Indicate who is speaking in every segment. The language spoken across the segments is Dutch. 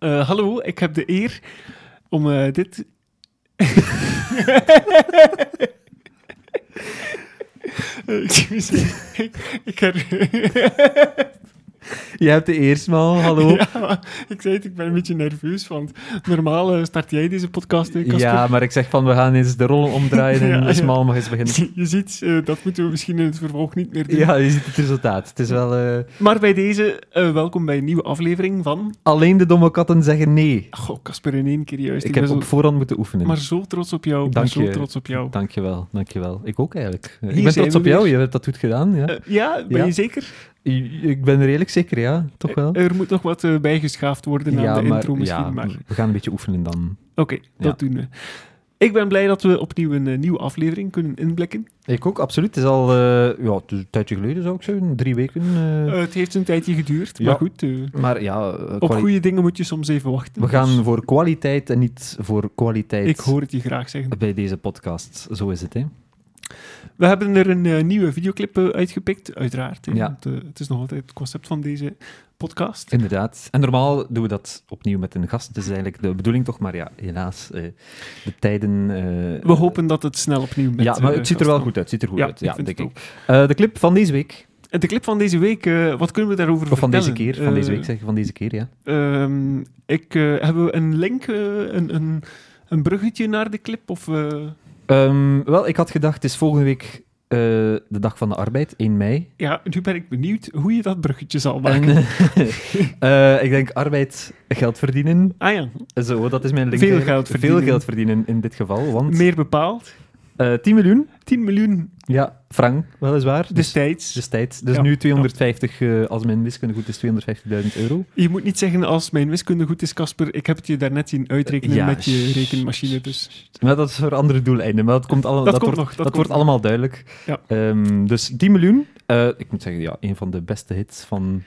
Speaker 1: Eh, hallo, ik heb de eer om eh, dit... Eh, excuseer. ik, ik her-
Speaker 2: Je hebt de eerste maal, hallo.
Speaker 1: Ja, maar ik zei het, ik ben een beetje nerveus, want normaal eh, start jij deze podcast, hè,
Speaker 2: Ja,
Speaker 1: Casper.
Speaker 2: maar ik zeg van, we gaan eens de rollen omdraaien en
Speaker 1: Ja,
Speaker 2: eens
Speaker 1: ja.
Speaker 2: maal mag eens beginnen.
Speaker 1: Je ziet, eh, dat moeten we misschien in het vervolg niet meer doen.
Speaker 2: Ja, je ziet het resultaat. Het is wel... eh,
Speaker 1: Maar bij deze, eh, welkom bij een nieuwe aflevering van...
Speaker 2: alleen de domme katten zeggen nee.
Speaker 1: Goh, Casper, in één keer juist.
Speaker 2: Ik heb
Speaker 1: ben
Speaker 2: op
Speaker 1: zo-
Speaker 2: voorhand moeten oefenen.
Speaker 1: Maar zo trots op jou, ik ben
Speaker 2: Dank
Speaker 1: zo
Speaker 2: je.
Speaker 1: trots op jou.
Speaker 2: Dankjewel, dankjewel. Ik ook eigenlijk. Eh,
Speaker 1: Hier
Speaker 2: ik ben
Speaker 1: zijn
Speaker 2: trots
Speaker 1: we
Speaker 2: op jou,
Speaker 1: weer.
Speaker 2: je hebt dat goed gedaan. Ja.
Speaker 1: Eh, ja, ben
Speaker 2: Ja.
Speaker 1: je zeker?
Speaker 2: I- ik ben redelijk zeker, ja. Toch wel?
Speaker 1: Eh, Er moet nog wat eh, bijgeschaafd worden aan de intro misschien,
Speaker 2: ja, Mm.
Speaker 1: maar... Oké,
Speaker 2: we gaan een beetje oefenen dan.
Speaker 1: dat doen we. Ik ben blij dat we opnieuw een eh, nieuwe aflevering kunnen inblikken.
Speaker 2: Ik ook, absoluut. Het is al eh, ja, het is een tijdje geleden, zou ik zeggen. Drie weken. eh.
Speaker 1: Eh, het heeft een tijdje geduurd,
Speaker 2: Ja.
Speaker 1: maar goed... eh,
Speaker 2: maar ja, eh,
Speaker 1: op
Speaker 2: kwali-
Speaker 1: goede dingen moet je soms even wachten.
Speaker 2: we
Speaker 1: dus
Speaker 2: gaan voor kwaliteit en niet voor kwaliteit.
Speaker 1: Ik hoor het je graag zeggen.
Speaker 2: Bij deze podcast, zo is het, hè?
Speaker 1: We hebben er een eh, nieuwe videoclip eh, uitgepikt, uiteraard. hè,
Speaker 2: Ja.
Speaker 1: want, eh, het is nog altijd het concept van deze podcast.
Speaker 2: Inderdaad. En normaal doen we dat opnieuw met een gast. Het is eigenlijk de bedoeling toch, maar ja, helaas, eh, de tijden... eh,
Speaker 1: We hopen dat het snel opnieuw met
Speaker 2: ja, maar
Speaker 1: eh,
Speaker 2: het ziet
Speaker 1: gasten
Speaker 2: er wel
Speaker 1: komt.
Speaker 2: goed uit. ziet er goed
Speaker 1: Ja,
Speaker 2: uit, ja,
Speaker 1: ik vind
Speaker 2: denk
Speaker 1: het
Speaker 2: ik. Eh, de clip van deze week,
Speaker 1: En de clip van deze week, eh, wat kunnen we daarover
Speaker 2: of van
Speaker 1: vertellen?
Speaker 2: deze keer, van deze
Speaker 1: Eh,
Speaker 2: week zeg, van deze keer, ja.
Speaker 1: ehm, ik, eh, hebben we een link, eh, een, een, een bruggetje naar de clip? Of, eh,
Speaker 2: Ehm, wel, ik had gedacht, het is volgende week eh, de dag van de arbeid, 1 mei.
Speaker 1: ja, nu ben ik benieuwd hoe je dat bruggetje zal
Speaker 2: En,
Speaker 1: maken.
Speaker 2: eh, ik denk arbeid, geld verdienen.
Speaker 1: ah ja,
Speaker 2: Zo, dat is mijn link.
Speaker 1: Veel
Speaker 2: eigenlijk.
Speaker 1: geld verdienen.
Speaker 2: Veel geld verdienen in dit geval, want
Speaker 1: meer bepaald.
Speaker 2: eh, 10 miljoen,
Speaker 1: 10 miljoen
Speaker 2: ja, frank, weliswaar. Dus,
Speaker 1: destijds.
Speaker 2: destijds. Dus
Speaker 1: Ja.
Speaker 2: nu 250, eh, als mijn wiskunde goed is, 250.000 euro.
Speaker 1: Je moet niet zeggen als mijn wiskunde goed is, Casper. Ik heb het je daarnet zien uitrekenen
Speaker 2: Ja,
Speaker 1: met je
Speaker 2: sst.
Speaker 1: rekenmachine. Dus.
Speaker 2: Maar dat is voor andere doeleinden, maar dat komt allemaal...
Speaker 1: Dat, komt
Speaker 2: wordt-
Speaker 1: nog.
Speaker 2: Dat,
Speaker 1: komt
Speaker 2: wordt
Speaker 1: nog.
Speaker 2: allemaal duidelijk.
Speaker 1: Ja.
Speaker 2: Ehm, dus 10 miljoen. Eh, ik moet zeggen, ja, een van de beste hits van...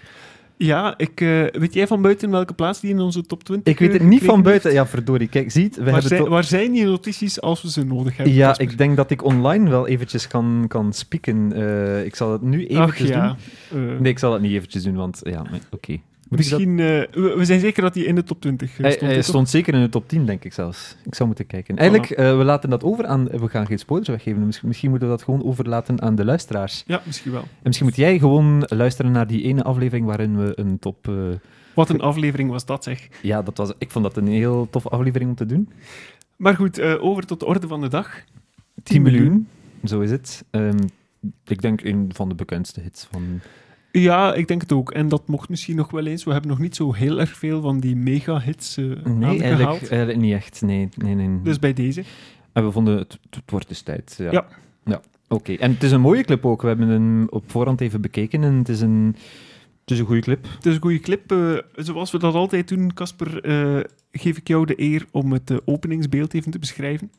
Speaker 1: Ja, ik, eh, weet jij van buiten welke plaats die in onze top 20
Speaker 2: Ik weet het
Speaker 1: eh,
Speaker 2: niet van
Speaker 1: gekregen
Speaker 2: buiten.
Speaker 1: heeft?
Speaker 2: Ja, verdorie. Kijk, ziet, we
Speaker 1: waar,
Speaker 2: hebben...
Speaker 1: zijn,
Speaker 2: toch-
Speaker 1: waar zijn die notities als we ze nodig hebben?
Speaker 2: Ja,
Speaker 1: Casper?
Speaker 2: ik denk dat ik online wel eventjes kan, kan spieken. Eh, ik zal het nu eventjes
Speaker 1: Ach ja.
Speaker 2: doen.
Speaker 1: eh,
Speaker 2: Nee, ik zal dat niet eventjes doen, want... Ja, maar oké. Moet ik dat-
Speaker 1: misschien, eh, we, we zijn zeker dat die in de top 20 eh,
Speaker 2: Hij,
Speaker 1: stond.
Speaker 2: hij
Speaker 1: hè, toch?
Speaker 2: stond zeker in de top 10, denk ik zelfs. Ik zou moeten kijken. Eigenlijk, eh, we laten dat over aan... We gaan geen spoilers weggeven. Misschien, misschien moeten we dat gewoon overlaten aan de luisteraars.
Speaker 1: Ja, misschien wel.
Speaker 2: En misschien moet jij gewoon luisteren naar die ene aflevering waarin we een top... eh,
Speaker 1: Wat een aflevering was dat, zeg.
Speaker 2: ja, dat was, ik vond dat een heel toffe aflevering om te doen. 10,
Speaker 1: Maar goed, eh, over tot de orde van de dag. 10,
Speaker 2: Zo is het. Ehm, ik denk een van de bekendste hits van...
Speaker 1: Ja, ik denk het ook. En dat mocht misschien nog wel eens. We hebben nog niet zo heel erg veel van die mega-hits eh
Speaker 2: Nee,
Speaker 1: aangehaald.
Speaker 2: eigenlijk, eigenlijk niet echt. Nee, nee, nee.
Speaker 1: Dus bij deze.
Speaker 2: En we vonden het, het wordt dus tijd. Ja.
Speaker 1: Ja.
Speaker 2: Ja, Oké, en het is een mooie clip ook. We hebben hem op voorhand even bekeken en het is een, het is een goede clip.
Speaker 1: Het is een goede clip. eh, zoals we dat altijd doen, Casper, eh, geef ik jou de eer om het eh, openingsbeeld even te beschrijven.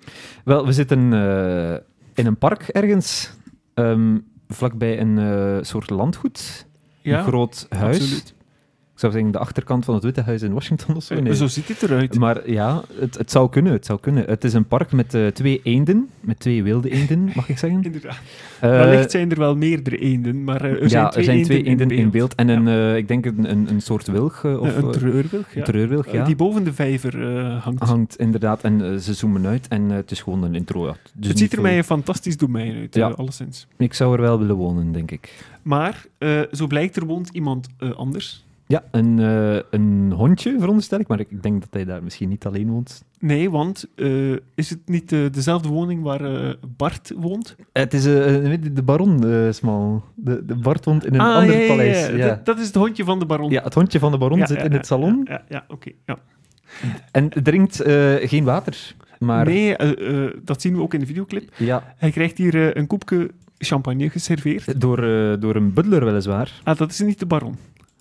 Speaker 2: Wel, we zitten eh, in een park ergens, ehm, vlakbij een eh, soort landgoed. een groot huis.
Speaker 1: absoluut.
Speaker 2: Ik zou zeggen de achterkant van het Witte Huis in Washington of zo.
Speaker 1: Eh,
Speaker 2: Oh, nee.
Speaker 1: Zo ziet het eruit.
Speaker 2: Maar ja, het, het zou kunnen, het zou kunnen. Het is een park met eh, twee eenden, met twee wilde eenden, mag ik zeggen.
Speaker 1: Inderdaad.
Speaker 2: Eh,
Speaker 1: Wellicht zijn er wel meerdere eenden, maar eh, er,
Speaker 2: ja,
Speaker 1: zijn twee,
Speaker 2: er zijn twee
Speaker 1: eenden, in beeld.
Speaker 2: En een, eh, ik denk een, een, een soort wilg. eh, of,
Speaker 1: Eh, een
Speaker 2: eh,
Speaker 1: treurwilg,
Speaker 2: Een
Speaker 1: ja.
Speaker 2: treurwilg,
Speaker 1: Eh,
Speaker 2: ja. Ah, dus
Speaker 1: Die boven de vijver eh, hangt.
Speaker 2: hangt inderdaad en eh, ze zoomen uit en eh, het is gewoon een intro. Ja. Dus
Speaker 1: het
Speaker 2: niet
Speaker 1: ziet er
Speaker 2: veel-
Speaker 1: mij een fantastisch domein uit,
Speaker 2: Ja.
Speaker 1: eh, alleszins.
Speaker 2: Ik zou er wel willen wonen, denk ik.
Speaker 1: Maar, eh, zo blijkt, er woont iemand eh, anders.
Speaker 2: Ja, een, eh, een hondje veronderstel ik, maar ik ik denk dat hij daar misschien niet alleen woont.
Speaker 1: Nee, want eh, is het niet eh, dezelfde woning waar eh, Bart woont?
Speaker 2: Het is eh, eh, weet je, de baron, eh, Smal. De, de Bart woont in een
Speaker 1: Ah,
Speaker 2: ander
Speaker 1: ja, ja, ja.
Speaker 2: paleis. Ja.
Speaker 1: Dat, dat is het hondje van de baron.
Speaker 2: Ja, het hondje van de baron
Speaker 1: Ja,
Speaker 2: zit
Speaker 1: ja,
Speaker 2: in
Speaker 1: ja,
Speaker 2: het salon
Speaker 1: Ja, ja, ja, oké. ja.
Speaker 2: en drinkt eh, geen water. Maar
Speaker 1: Nee, eh, eh, dat zien we ook in de videoclip.
Speaker 2: ja,
Speaker 1: Hij krijgt hier eh, een koepje champagne geserveerd.
Speaker 2: door, eh, door een butler weliswaar.
Speaker 1: Ah, dat is niet de baron.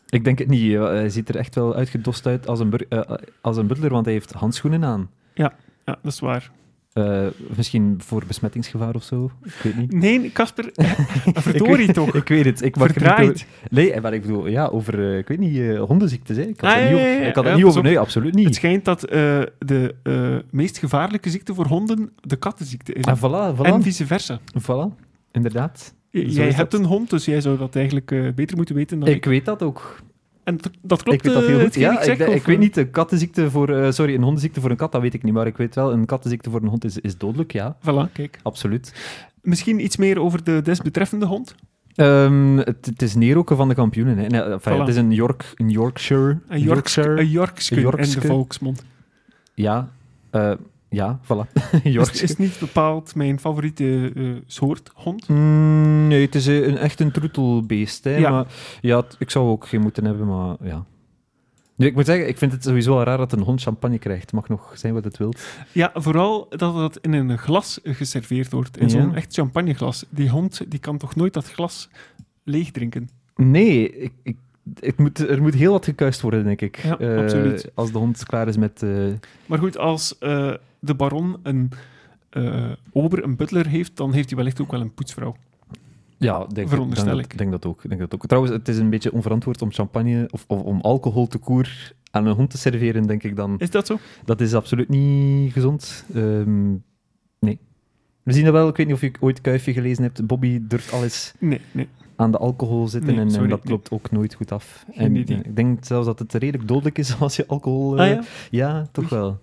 Speaker 2: Ik denk het niet. eh, Hij ziet er echt wel uitgedost uit als een, bur- eh, als een butler, want hij heeft handschoenen aan.
Speaker 1: Ja, dat is waar.
Speaker 2: Eh, misschien voor besmettingsgevaar of zo. Ik weet niet.
Speaker 1: Nee, Casper,
Speaker 2: Ik
Speaker 1: verdorie
Speaker 2: weet-
Speaker 1: toch.
Speaker 2: Ik weet het. Ik mag er niet
Speaker 1: Verdraaid.
Speaker 2: over- Nee, eh, maar ik bedoel, ja, over, eh, ik weet niet, eh, hondenziektes. Hè. Ik had
Speaker 1: Ah,
Speaker 2: het
Speaker 1: ja,
Speaker 2: niet
Speaker 1: ja,
Speaker 2: over.
Speaker 1: ja,
Speaker 2: Ik had
Speaker 1: ja,
Speaker 2: het niet
Speaker 1: pas
Speaker 2: over.
Speaker 1: op.
Speaker 2: Nee, absoluut
Speaker 1: Het
Speaker 2: niet.
Speaker 1: schijnt dat eh, de eh, meest gevaarlijke ziekte voor honden de kattenziekte is.
Speaker 2: En Ah, voilà, voilà.
Speaker 1: En vice versa.
Speaker 2: voilà. Inderdaad.
Speaker 1: J-
Speaker 2: Zo
Speaker 1: jij
Speaker 2: is
Speaker 1: hebt
Speaker 2: dat.
Speaker 1: een hond, dus jij zou dat eigenlijk eh, beter moeten weten dan ik.
Speaker 2: Ik weet dat ook.
Speaker 1: En t- dat klopt.
Speaker 2: ik weet dat heel
Speaker 1: eh,
Speaker 2: goed.
Speaker 1: hetgeen
Speaker 2: Ja, ik,
Speaker 1: zeg,
Speaker 2: de-
Speaker 1: of,
Speaker 2: ik weet
Speaker 1: eh,
Speaker 2: niet, een kattenziekte voor... eh, sorry, een hondenziekte voor een kat, dat weet ik niet. Maar ik weet wel, een kattenziekte voor een hond is, is dodelijk, ja.
Speaker 1: Voilà, kijk.
Speaker 2: Absoluut.
Speaker 1: Misschien iets meer over de desbetreffende hond.
Speaker 2: Ehm, het, het is neerroken van de kampioenen. Hè. Nee, enfin,
Speaker 1: Voilà.
Speaker 2: Het is een, York, een Yorkshire.
Speaker 1: Een Yorkske, een Yorkske,
Speaker 2: Een Yorkske.
Speaker 1: in de volksmond. Is-
Speaker 2: Ja, eh, ja, voilà. Yorkshire.
Speaker 1: Is, niet bepaald mijn favoriete eh, soort hond.
Speaker 2: Mm, nee, het is eh, een, echt een troetelbeest. Hè,
Speaker 1: Ja.
Speaker 2: Maar, ja, t- ik zou ook geen moeten hebben, maar ja. Nu, ik moet zeggen, ik vind het sowieso wel raar dat een hond champagne krijgt. Mag nog zijn wat het wil.
Speaker 1: Ja, vooral dat dat in een glas geserveerd wordt. In
Speaker 2: Ja.
Speaker 1: zo'n echt champagneglas. Die hond die kan toch nooit dat glas leeg drinken?
Speaker 2: Nee, ik, ik, het moet, er moet heel wat gekuist worden, denk ik.
Speaker 1: Ja,
Speaker 2: Eh,
Speaker 1: absoluut.
Speaker 2: Als de hond klaar is met... eh,
Speaker 1: Maar goed, als eh, de baron een eh, ober, een butler heeft, dan heeft hij wellicht ook wel een poetsvrouw.
Speaker 2: ja, denk,
Speaker 1: Veronderstel
Speaker 2: denk,
Speaker 1: ik.
Speaker 2: Dat, denk dat ook, denk dat ook. Trouwens, het is een beetje onverantwoord om champagne of, of om alcohol te koer aan een hond te serveren, denk ik dan.
Speaker 1: Is dat zo?
Speaker 2: Dat is absoluut niet gezond. Ehm, nee. We zien dat wel. Ik weet niet of je ooit Kuifje gelezen hebt. Bobby durft alles
Speaker 1: Nee, nee.
Speaker 2: aan de alcohol zitten
Speaker 1: Nee,
Speaker 2: en, en
Speaker 1: sorry,
Speaker 2: dat
Speaker 1: nee.
Speaker 2: klopt ook nooit goed af.
Speaker 1: Geen
Speaker 2: en,
Speaker 1: idee.
Speaker 2: eh, ik denk zelfs dat het redelijk dodelijk is als je alcohol... eh,
Speaker 1: Ah ja?
Speaker 2: ja, toch
Speaker 1: Oei.
Speaker 2: wel.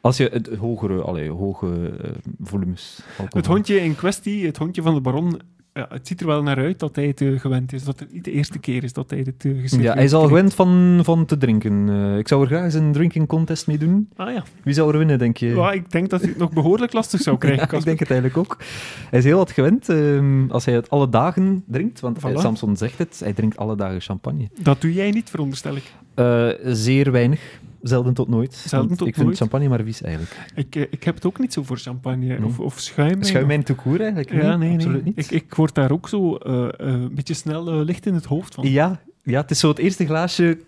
Speaker 2: Als je het hogere, allee, hoge eh, volumes alcohol...
Speaker 1: Het hondje in kwestie, het hondje van de baron, ja, het ziet er wel naar uit dat hij het eh, gewend is. Dat het niet de eerste keer is dat hij dit eh geschreven
Speaker 2: Ja, hij is al gewend van, van te drinken. Eh, ik zou er graag eens een drinking contest mee doen.
Speaker 1: Ah ja.
Speaker 2: Wie zou er winnen, denk je?
Speaker 1: Ja, ik denk dat hij het nog behoorlijk lastig zou krijgen,
Speaker 2: Ja, ik
Speaker 1: Casper.
Speaker 2: denk het eigenlijk ook. Hij is heel wat gewend ehm, als hij het alle dagen drinkt. Want eh,
Speaker 1: Voilà.
Speaker 2: Samson zegt het, hij drinkt alle dagen champagne.
Speaker 1: Dat doe jij niet, veronderstel ik.
Speaker 2: Eh, zeer weinig. Zelden tot nooit.
Speaker 1: Zelden
Speaker 2: Want
Speaker 1: tot
Speaker 2: ik vind
Speaker 1: nooit.
Speaker 2: champagne maar vies eigenlijk.
Speaker 1: Ik, eh, ik heb het ook niet zo voor champagne
Speaker 2: Nee.
Speaker 1: of, of schuim.
Speaker 2: Schuim mijn toekoer eigenlijk?
Speaker 1: Ja, nee,
Speaker 2: absoluut
Speaker 1: nee.
Speaker 2: niet.
Speaker 1: Ik, ik word daar ook zo eh, eh, een beetje snel eh, licht in het hoofd van.
Speaker 2: Ja, ja, het is zo het eerste glaasje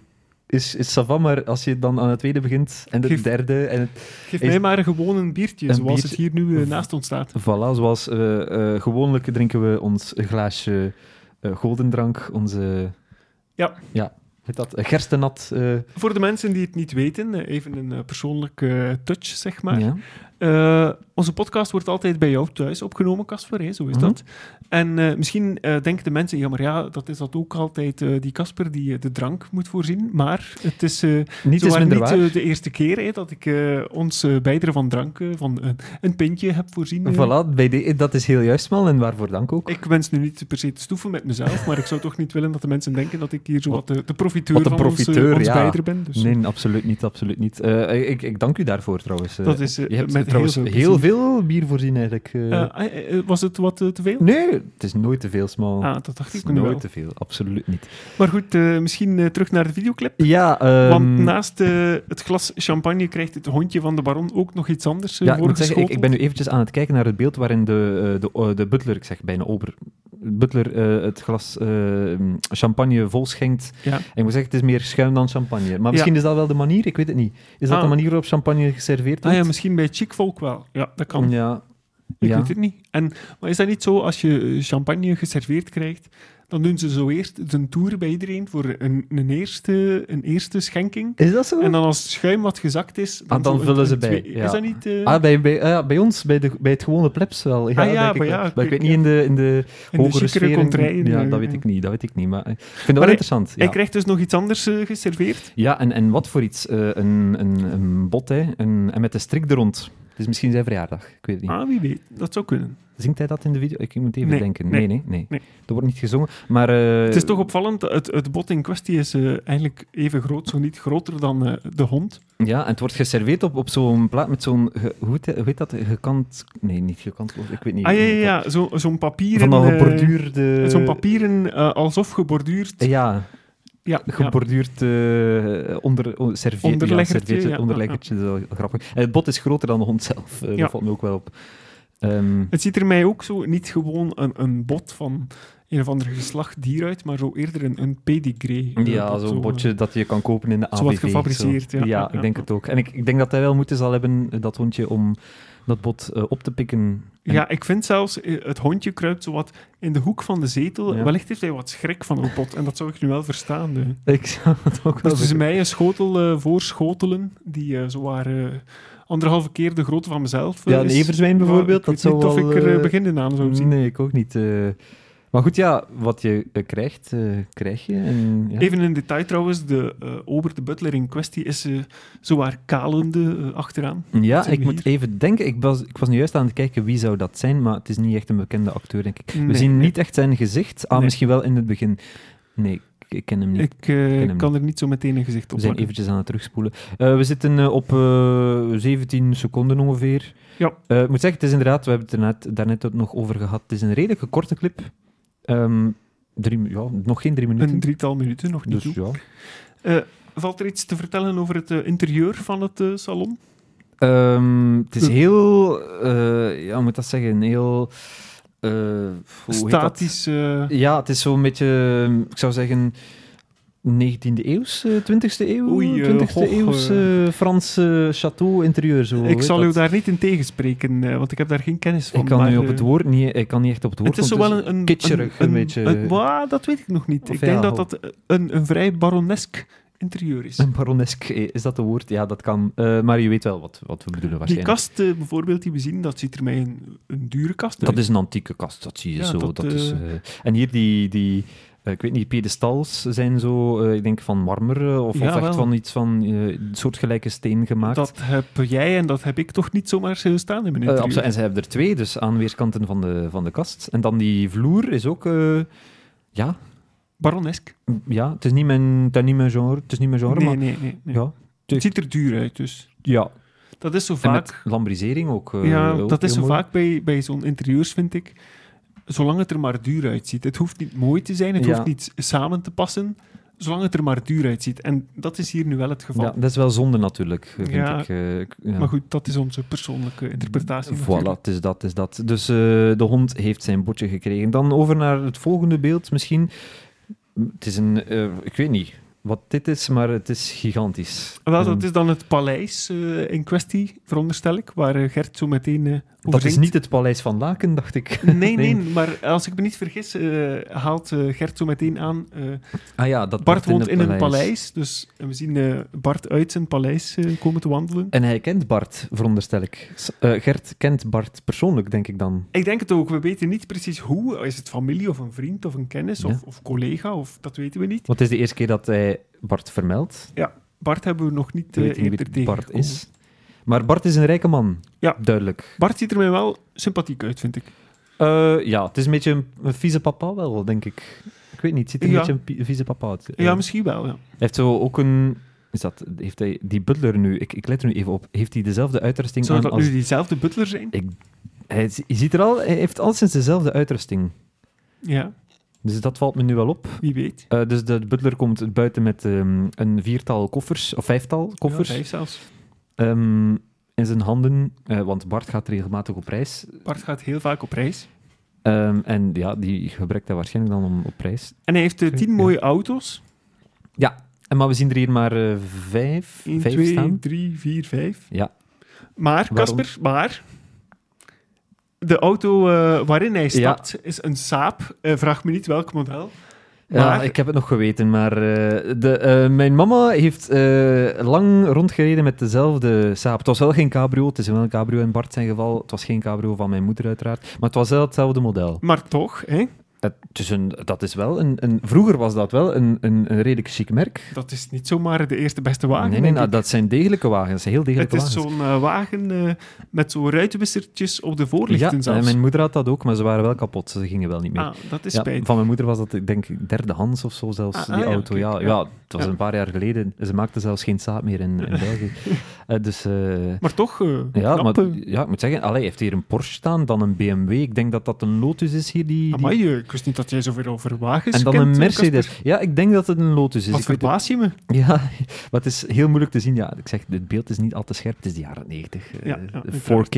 Speaker 2: is, is savan, maar als je dan aan het tweede begint en het
Speaker 1: Geef-
Speaker 2: derde en het...
Speaker 1: Geef
Speaker 2: Is-
Speaker 1: mij maar een gewoon een biertje,
Speaker 2: Een
Speaker 1: zoals het
Speaker 2: biertje.
Speaker 1: hier nu eh, naast ons staat.
Speaker 2: Voilà, zoals eh, eh, gewoonlijk drinken we ons glaasje eh, goldendrank, onze...
Speaker 1: Ja.
Speaker 2: Ja, heet dat? eh, Gerstenat. eh,
Speaker 1: Voor de mensen die het niet weten, eh, even een eh, persoonlijke eh, touch, zeg maar.
Speaker 2: ja.
Speaker 1: Eh, onze podcast wordt altijd bij jou thuis opgenomen, Casper, hè, zo is
Speaker 2: Mhm.
Speaker 1: dat. En eh, misschien eh, denken de mensen, ja, maar ja, dat is dat ook altijd eh, die Casper die eh, de drank moet voorzien. Maar het is, eh,
Speaker 2: Niet is
Speaker 1: zowaar
Speaker 2: minder
Speaker 1: niet
Speaker 2: waar.
Speaker 1: eh, de eerste keer hè, dat ik eh, ons eh beideren van drank, eh, van eh, een pintje heb voorzien. eh.
Speaker 2: Voilà, bij de, dat is heel juist, man. En waarvoor dank ook.
Speaker 1: Ik wens nu niet per se te stoeven met mezelf, maar ik zou toch niet willen dat de mensen denken dat ik hier zo wat de, de profiteur
Speaker 2: Wat de
Speaker 1: van ons, eh,
Speaker 2: profiteur,
Speaker 1: ons
Speaker 2: ja.
Speaker 1: bijder ben. Dus
Speaker 2: Nee, absoluut niet, absoluut niet. Eh, ik, ik dank u daarvoor trouwens. Eh,
Speaker 1: Dat is, eh,
Speaker 2: je hebt
Speaker 1: met heel
Speaker 2: trouwens
Speaker 1: veel
Speaker 2: heel,
Speaker 1: plezier.
Speaker 2: veel, bier voorzien eigenlijk. eh.
Speaker 1: Eh, eh, eh, was het wat eh, te veel?
Speaker 2: nee, het is nooit te veel, smal.
Speaker 1: Ah, dat dacht
Speaker 2: het is
Speaker 1: ik nu
Speaker 2: nooit
Speaker 1: wel.
Speaker 2: te veel, absoluut niet.
Speaker 1: Maar goed, eh, misschien eh, terug naar de videoclip.
Speaker 2: Ja,
Speaker 1: Want
Speaker 2: ehm,
Speaker 1: naast eh, het glas champagne krijgt het hondje van de baron ook nog iets anders eh
Speaker 2: ja, ik moet zeggen, ik,
Speaker 1: voorgeschoteld.
Speaker 2: ik ben nu eventjes aan het kijken naar het beeld waarin de, eh, de, eh, de butler, ik zeg bijna ober, butler eh, het glas eh, champagne vol schenkt.
Speaker 1: Ja.
Speaker 2: En ik moet zeggen, het is meer schuim dan champagne. Maar misschien is dat wel de manier, ik weet het niet. Is dat
Speaker 1: Ah.
Speaker 2: de manier waarop champagne geserveerd
Speaker 1: Ah
Speaker 2: wordt?
Speaker 1: ja, misschien bij chic folk wel. Ja, dat kan.
Speaker 2: Ja,
Speaker 1: Ik
Speaker 2: ja.
Speaker 1: weet het niet. En, maar is dat niet zo, als je eh, champagne geserveerd krijgt, dan doen ze zo eerst een tour bij iedereen voor een, een, eerste, een eerste schenking.
Speaker 2: Is dat zo?
Speaker 1: En dan als het schuim wat gezakt is...
Speaker 2: Ah, dan
Speaker 1: zo een-
Speaker 2: vullen
Speaker 1: een
Speaker 2: ze bij,
Speaker 1: twee-
Speaker 2: ja.
Speaker 1: Is dat niet... eh,
Speaker 2: Ah, bij, bij, ah ja, bij ons, bij, de, bij het gewone plebs wel. Ja,
Speaker 1: Ah ja,
Speaker 2: denk ik
Speaker 1: maar
Speaker 2: wel.
Speaker 1: ja,
Speaker 2: maar ik
Speaker 1: kijk,
Speaker 2: weet niet
Speaker 1: ja.
Speaker 2: in de, in
Speaker 1: in
Speaker 2: de
Speaker 1: de
Speaker 2: hogere
Speaker 1: chicere
Speaker 2: sferen.
Speaker 1: contraien,
Speaker 2: ja,
Speaker 1: eh,
Speaker 2: dat weet
Speaker 1: ja.
Speaker 2: ik niet, dat weet ik niet. Maar ik vind dat wel
Speaker 1: hij-
Speaker 2: interessant.
Speaker 1: Hij
Speaker 2: Ja,
Speaker 1: krijgt dus nog iets anders eh, geserveerd.
Speaker 2: ja en, en wat voor iets? Eh, een, een, een bot, hè. Een, en met een strik er rond. Het is misschien zijn verjaardag, ik weet het niet.
Speaker 1: Ah, wie weet. Dat zou kunnen.
Speaker 2: Zingt hij dat in de video? Ik moet even
Speaker 1: Nee,
Speaker 2: denken.
Speaker 1: nee,
Speaker 2: Nee, nee, nee,
Speaker 1: nee.
Speaker 2: Dat wordt niet gezongen, maar... eh,
Speaker 1: Het is toch opvallend, dat het, het bot in kwestie is eh, eigenlijk even groot, zo niet groter dan eh, de hond.
Speaker 2: Ja, en het wordt geserveerd op, op zo'n plaat met zo'n... ge- Hoe heet- hoe heet dat? Gekant... Nee, niet gekant. Ik weet niet.
Speaker 1: Ah ja,
Speaker 2: hoe
Speaker 1: ja,
Speaker 2: heet dat.
Speaker 1: ja. zo- zo'n papieren...
Speaker 2: Van een
Speaker 1: eh,
Speaker 2: geborduurde... Eh,
Speaker 1: Zo'n papieren, eh, alsof geborduurd...
Speaker 2: Ja,
Speaker 1: ja, ja.
Speaker 2: geborduurd eh onder, on- servier,
Speaker 1: Onderleggertje,
Speaker 2: ja, serviertje,
Speaker 1: ja. Ah,
Speaker 2: onderleggertje, dat is wel grappig. En het bot is groter dan de hond zelf, eh,
Speaker 1: Ja.
Speaker 2: dat valt me ook wel op. Ehm,
Speaker 1: Het ziet er mij ook zo niet gewoon een, een bot van een of ander geslacht dier uit, maar zo eerder een, een pedigree. Eh,
Speaker 2: ja,
Speaker 1: dat
Speaker 2: zo'n
Speaker 1: zo,
Speaker 2: botje dat je kan kopen in de AVV.
Speaker 1: zo wat gefabriceerd, ja. Ja,
Speaker 2: ik
Speaker 1: ja,
Speaker 2: denk
Speaker 1: ja.
Speaker 2: het ook. En ik, ik denk dat hij wel moeite zal hebben, eh, dat hondje, om dat bot eh, op te pikken.
Speaker 1: eh, Ja, ik vind zelfs, eh, het hondje kruipt zo wat in de hoek van de zetel.
Speaker 2: Ja.
Speaker 1: Wellicht heeft hij wat schrik van een bot, en dat zou ik nu wel verstaan. eh.
Speaker 2: En ik zou het ook wel
Speaker 1: Dus het is
Speaker 2: zeggen.
Speaker 1: mij een schotel eh, voorschotelen, die eh zo waar eh, anderhalve keer de grootte van mezelf eh,
Speaker 2: Ja, een
Speaker 1: is.
Speaker 2: everzwijn
Speaker 1: Maar
Speaker 2: bijvoorbeeld,
Speaker 1: ik
Speaker 2: dat
Speaker 1: weet
Speaker 2: zou
Speaker 1: niet of
Speaker 2: wel...
Speaker 1: ik er eh,
Speaker 2: eh,
Speaker 1: beginnen aan zou zien.
Speaker 2: Nee, ik ook niet. eh. Maar goed, ja, wat je eh, krijgt, eh, krijg je. En, ja.
Speaker 1: Even een detail trouwens, de eh, ober, de butler in kwestie, is eh zowaar kalende eh, achteraan.
Speaker 2: Ja,
Speaker 1: zien we
Speaker 2: ik moet even denken. Ik was, ik was nu juist aan het kijken wie zou dat zijn, maar het is niet echt een bekende acteur, denk ik.
Speaker 1: Nee,
Speaker 2: We zien
Speaker 1: nee.
Speaker 2: niet echt zijn gezicht. Ah,
Speaker 1: Nee.
Speaker 2: misschien wel in het begin. Nee, ik, ik ken hem niet.
Speaker 1: Ik eh,
Speaker 2: hem
Speaker 1: kan er niet zo meteen een gezicht op
Speaker 2: we zijn
Speaker 1: plakken.
Speaker 2: eventjes aan het terugspoelen. Eh, we zitten eh, op eh, 17 seconden ongeveer.
Speaker 1: Ja.
Speaker 2: Eh, ik moet zeggen, het is inderdaad, we hebben het er net, daarnet ook nog over gehad. Het is een redelijk korte clip. Ehm, drie, mi- ja, nog geen drie minuten.
Speaker 1: Een drietal minuten, nog niet
Speaker 2: dus
Speaker 1: toe.
Speaker 2: ja.
Speaker 1: Eh, valt er iets te vertellen over het eh, interieur van het eh, salon?
Speaker 2: Ehm, het is
Speaker 1: Eh.
Speaker 2: heel, eh, ja, hoe moet dat zeggen, een heel... eh, hoe heet dat?
Speaker 1: Statisch. eh,
Speaker 2: Ja, het is zo'n beetje, eh, ik zou zeggen, 19e eeuws, eh, 20e eeuw,
Speaker 1: Oei, eh,
Speaker 2: 20e
Speaker 1: goh,
Speaker 2: eeuws eh, Franse château-interieur. Zo,
Speaker 1: ik
Speaker 2: weet
Speaker 1: zal
Speaker 2: dat.
Speaker 1: u daar niet in tegenspreken, eh, want ik heb daar geen kennis van.
Speaker 2: Ik kan
Speaker 1: maar,
Speaker 2: nu op
Speaker 1: eh,
Speaker 2: het woord niet, ik kan niet echt op het woord
Speaker 1: Het is zo
Speaker 2: komen,
Speaker 1: wel
Speaker 2: dus
Speaker 1: een... een
Speaker 2: kitscherig, een beetje.
Speaker 1: waar, dat weet ik nog niet.
Speaker 2: Of
Speaker 1: ik
Speaker 2: ja,
Speaker 1: denk dat
Speaker 2: hoe-
Speaker 1: dat eh, een, een vrij baronesk interieur is.
Speaker 2: een baronesk, eh, is dat de woord? Ja, dat kan. Eh, maar je weet wel wat, wat we bedoelen
Speaker 1: Die
Speaker 2: waarschijnlijk.
Speaker 1: kast eh, bijvoorbeeld die we zien, dat ziet er mij een, een dure kast uit.
Speaker 2: dat is een antieke kast, dat zie je
Speaker 1: Ja,
Speaker 2: zo.
Speaker 1: dat,
Speaker 2: Dat, is,
Speaker 1: eh,
Speaker 2: eh, en hier die, die eh, ik weet niet, pedestals zijn zo, eh, ik denk van marmer eh, of,
Speaker 1: Ja,
Speaker 2: of echt
Speaker 1: wel.
Speaker 2: van iets van eh, soortgelijke steen gemaakt.
Speaker 1: Dat heb jij en dat heb ik toch niet zomaar eh, staan in mijn
Speaker 2: Eh,
Speaker 1: interieur.
Speaker 2: absoluut. En ze hebben er twee, dus aan weerskanten van de, van de kast. En dan die vloer is ook... eh, ja,
Speaker 1: Baronesk.
Speaker 2: m- ja, het is niet mijn, het is niet mijn genre, het is niet mijn genre
Speaker 1: Nee,
Speaker 2: maar
Speaker 1: nee, nee. nee.
Speaker 2: ja.
Speaker 1: Het ziet er duur uit, dus.
Speaker 2: ja.
Speaker 1: Dat is zo
Speaker 2: En
Speaker 1: vaak...
Speaker 2: met lambrisering ook. eh,
Speaker 1: ja,
Speaker 2: ook
Speaker 1: dat is
Speaker 2: heel
Speaker 1: zo
Speaker 2: mooi.
Speaker 1: vaak bij, bij zo'n interieurs, vind ik. Zolang het er maar duur uitziet. Het hoeft niet mooi te zijn, het
Speaker 2: Ja.
Speaker 1: hoeft niet samen te passen. Zolang het er maar duur uitziet. En dat is hier nu wel het geval.
Speaker 2: Ja, dat is wel zonde natuurlijk, vind
Speaker 1: Ja.
Speaker 2: ik. eh, ik- ja.
Speaker 1: Maar goed, dat is onze persoonlijke interpretatie.
Speaker 2: Voilà,
Speaker 1: natuurlijk.
Speaker 2: het is dat, het is dat. Dus eh, de hond heeft zijn botje gekregen. Dan over naar het volgende beeld misschien. Het is een... eh, ik weet niet wat dit is, maar het is gigantisch.
Speaker 1: Wel,
Speaker 2: Ehm,
Speaker 1: dat is dan het paleis eh, in kwestie, veronderstel ik, waar eh, Gert zo meteen eh, over
Speaker 2: dat is
Speaker 1: zingt.
Speaker 2: niet het paleis van Laken, dacht ik.
Speaker 1: Nee, nee, maar als ik me niet vergis, eh, haalt eh, Gert zo meteen aan. eh,
Speaker 2: Ah ja, dat
Speaker 1: Bart woont in een
Speaker 2: het
Speaker 1: paleis, dus en we zien eh, Bart uit zijn paleis eh, komen te wandelen.
Speaker 2: En hij kent Bart, veronderstel ik. S- eh, Gert kent Bart persoonlijk, denk ik dan.
Speaker 1: Ik denk het ook, we weten niet precies hoe. Is het familie of een vriend of een kennis
Speaker 2: Ja.
Speaker 1: of, of collega? Of, dat weten we niet.
Speaker 2: Want het is de eerste keer dat hij Bart vermeldt.
Speaker 1: Bart hebben we nog niet
Speaker 2: Ik
Speaker 1: eh,
Speaker 2: weet
Speaker 1: eerder
Speaker 2: niet wie Bart
Speaker 1: tegengekomen.
Speaker 2: is. Maar Bart is een rijke man.
Speaker 1: Ja.
Speaker 2: Duidelijk.
Speaker 1: Bart ziet er mij wel sympathiek uit, vind ik.
Speaker 2: Eh, ja, het is een beetje een, een vieze papa wel, denk ik. Ik weet niet, het ziet er
Speaker 1: Ja.
Speaker 2: een beetje een pie- een vieze papa uit.
Speaker 1: Ja,
Speaker 2: Eh,
Speaker 1: misschien wel. Ja.
Speaker 2: Hij heeft zo ook een... Is dat, heeft hij, die butler nu, ik, ik let er nu even op, heeft hij dezelfde uitrusting
Speaker 1: Zou
Speaker 2: aan
Speaker 1: dat
Speaker 2: als...
Speaker 1: nu diezelfde butler zijn?
Speaker 2: Ik, hij, is- je ziet er al, hij heeft al sinds dezelfde uitrusting.
Speaker 1: Ja,
Speaker 2: Dus dat valt me nu wel op.
Speaker 1: wie weet.
Speaker 2: Eh, dus de butler komt buiten met ehm, een viertal koffers, of vijftal koffers,
Speaker 1: Ja, vijf zelfs.
Speaker 2: ehm, in zijn handen. eh, want Bart gaat regelmatig op reis.
Speaker 1: Bart gaat heel vaak op reis.
Speaker 2: Ehm, en ja, die gebruikt hij waarschijnlijk dan om op reis.
Speaker 1: En hij heeft eh, tien
Speaker 2: Ja.
Speaker 1: mooie auto's.
Speaker 2: En, maar we zien er hier maar eh, vijf,
Speaker 1: 1,
Speaker 2: vijf
Speaker 1: 2,
Speaker 2: staan.
Speaker 1: 3, 4, 5.
Speaker 2: Ja.
Speaker 1: Maar,
Speaker 2: Waarom?
Speaker 1: Casper, maar... De auto eh, waarin hij
Speaker 2: Ja.
Speaker 1: stapt is een Saab. Eh, vraag me niet welk model.
Speaker 2: Ja,
Speaker 1: Maar-
Speaker 2: ik heb het nog geweten, maar eh, de, eh, mijn mama heeft eh, lang rondgereden met dezelfde saap. Het was wel geen cabrio, het is wel een cabrio in Bart zijn geval. Het was geen cabrio van mijn moeder uiteraard, maar het was wel hetzelfde model.
Speaker 1: Maar toch, hè,
Speaker 2: Het is een, dat is wel een, een- Vroeger was dat wel een, een, een redelijk chic merk.
Speaker 1: dat is niet zomaar de eerste beste wagen.
Speaker 2: nee, nee,
Speaker 1: denk
Speaker 2: nou,
Speaker 1: ik.
Speaker 2: dat zijn degelijke wagens, heel
Speaker 1: Het
Speaker 2: degelijke
Speaker 1: is
Speaker 2: wagens.
Speaker 1: zo'n eh, wagen eh, met zo'n ruitenwissertjes op de
Speaker 2: ja,
Speaker 1: voorlichten
Speaker 2: en
Speaker 1: zelfs.
Speaker 2: mijn moeder had dat ook, maar ze waren wel kapot. Ze gingen wel niet mee.
Speaker 1: Ah, dat is
Speaker 2: Ja,
Speaker 1: spijtig.
Speaker 2: van mijn moeder was dat, ik denk, derdehands of zo zelfs,
Speaker 1: Ah, ah,
Speaker 2: die
Speaker 1: ja,
Speaker 2: auto.
Speaker 1: kijk,
Speaker 2: ja,
Speaker 1: ja.
Speaker 2: ja. het was
Speaker 1: Ja.
Speaker 2: een paar jaar geleden. Ze maakte zelfs geen saap meer in, in België. Eh, dus... eh,
Speaker 1: Maar toch, eh,
Speaker 2: ja,
Speaker 1: knap.
Speaker 2: maar,
Speaker 1: eh.
Speaker 2: ja, ik moet zeggen, allee, hij heeft hier een Porsche staan, dan een BMW. Ik denk dat dat een Lotus is hier. Die, die-
Speaker 1: Amai, eh, ik wist niet dat jij zoveel over wagens
Speaker 2: En dan
Speaker 1: kent,
Speaker 2: een
Speaker 1: eh,
Speaker 2: Mercedes.
Speaker 1: Casper.
Speaker 2: Ja, ik denk dat het een Lotus is.
Speaker 1: Wat
Speaker 2: Ik weet het-
Speaker 1: verbaas je me?
Speaker 2: Ja, maar het is heel moeilijk te zien. Ja, ik zeg, dit beeld is niet al te scherp. Het is de jaren 90. Eh,
Speaker 1: Ja, ja,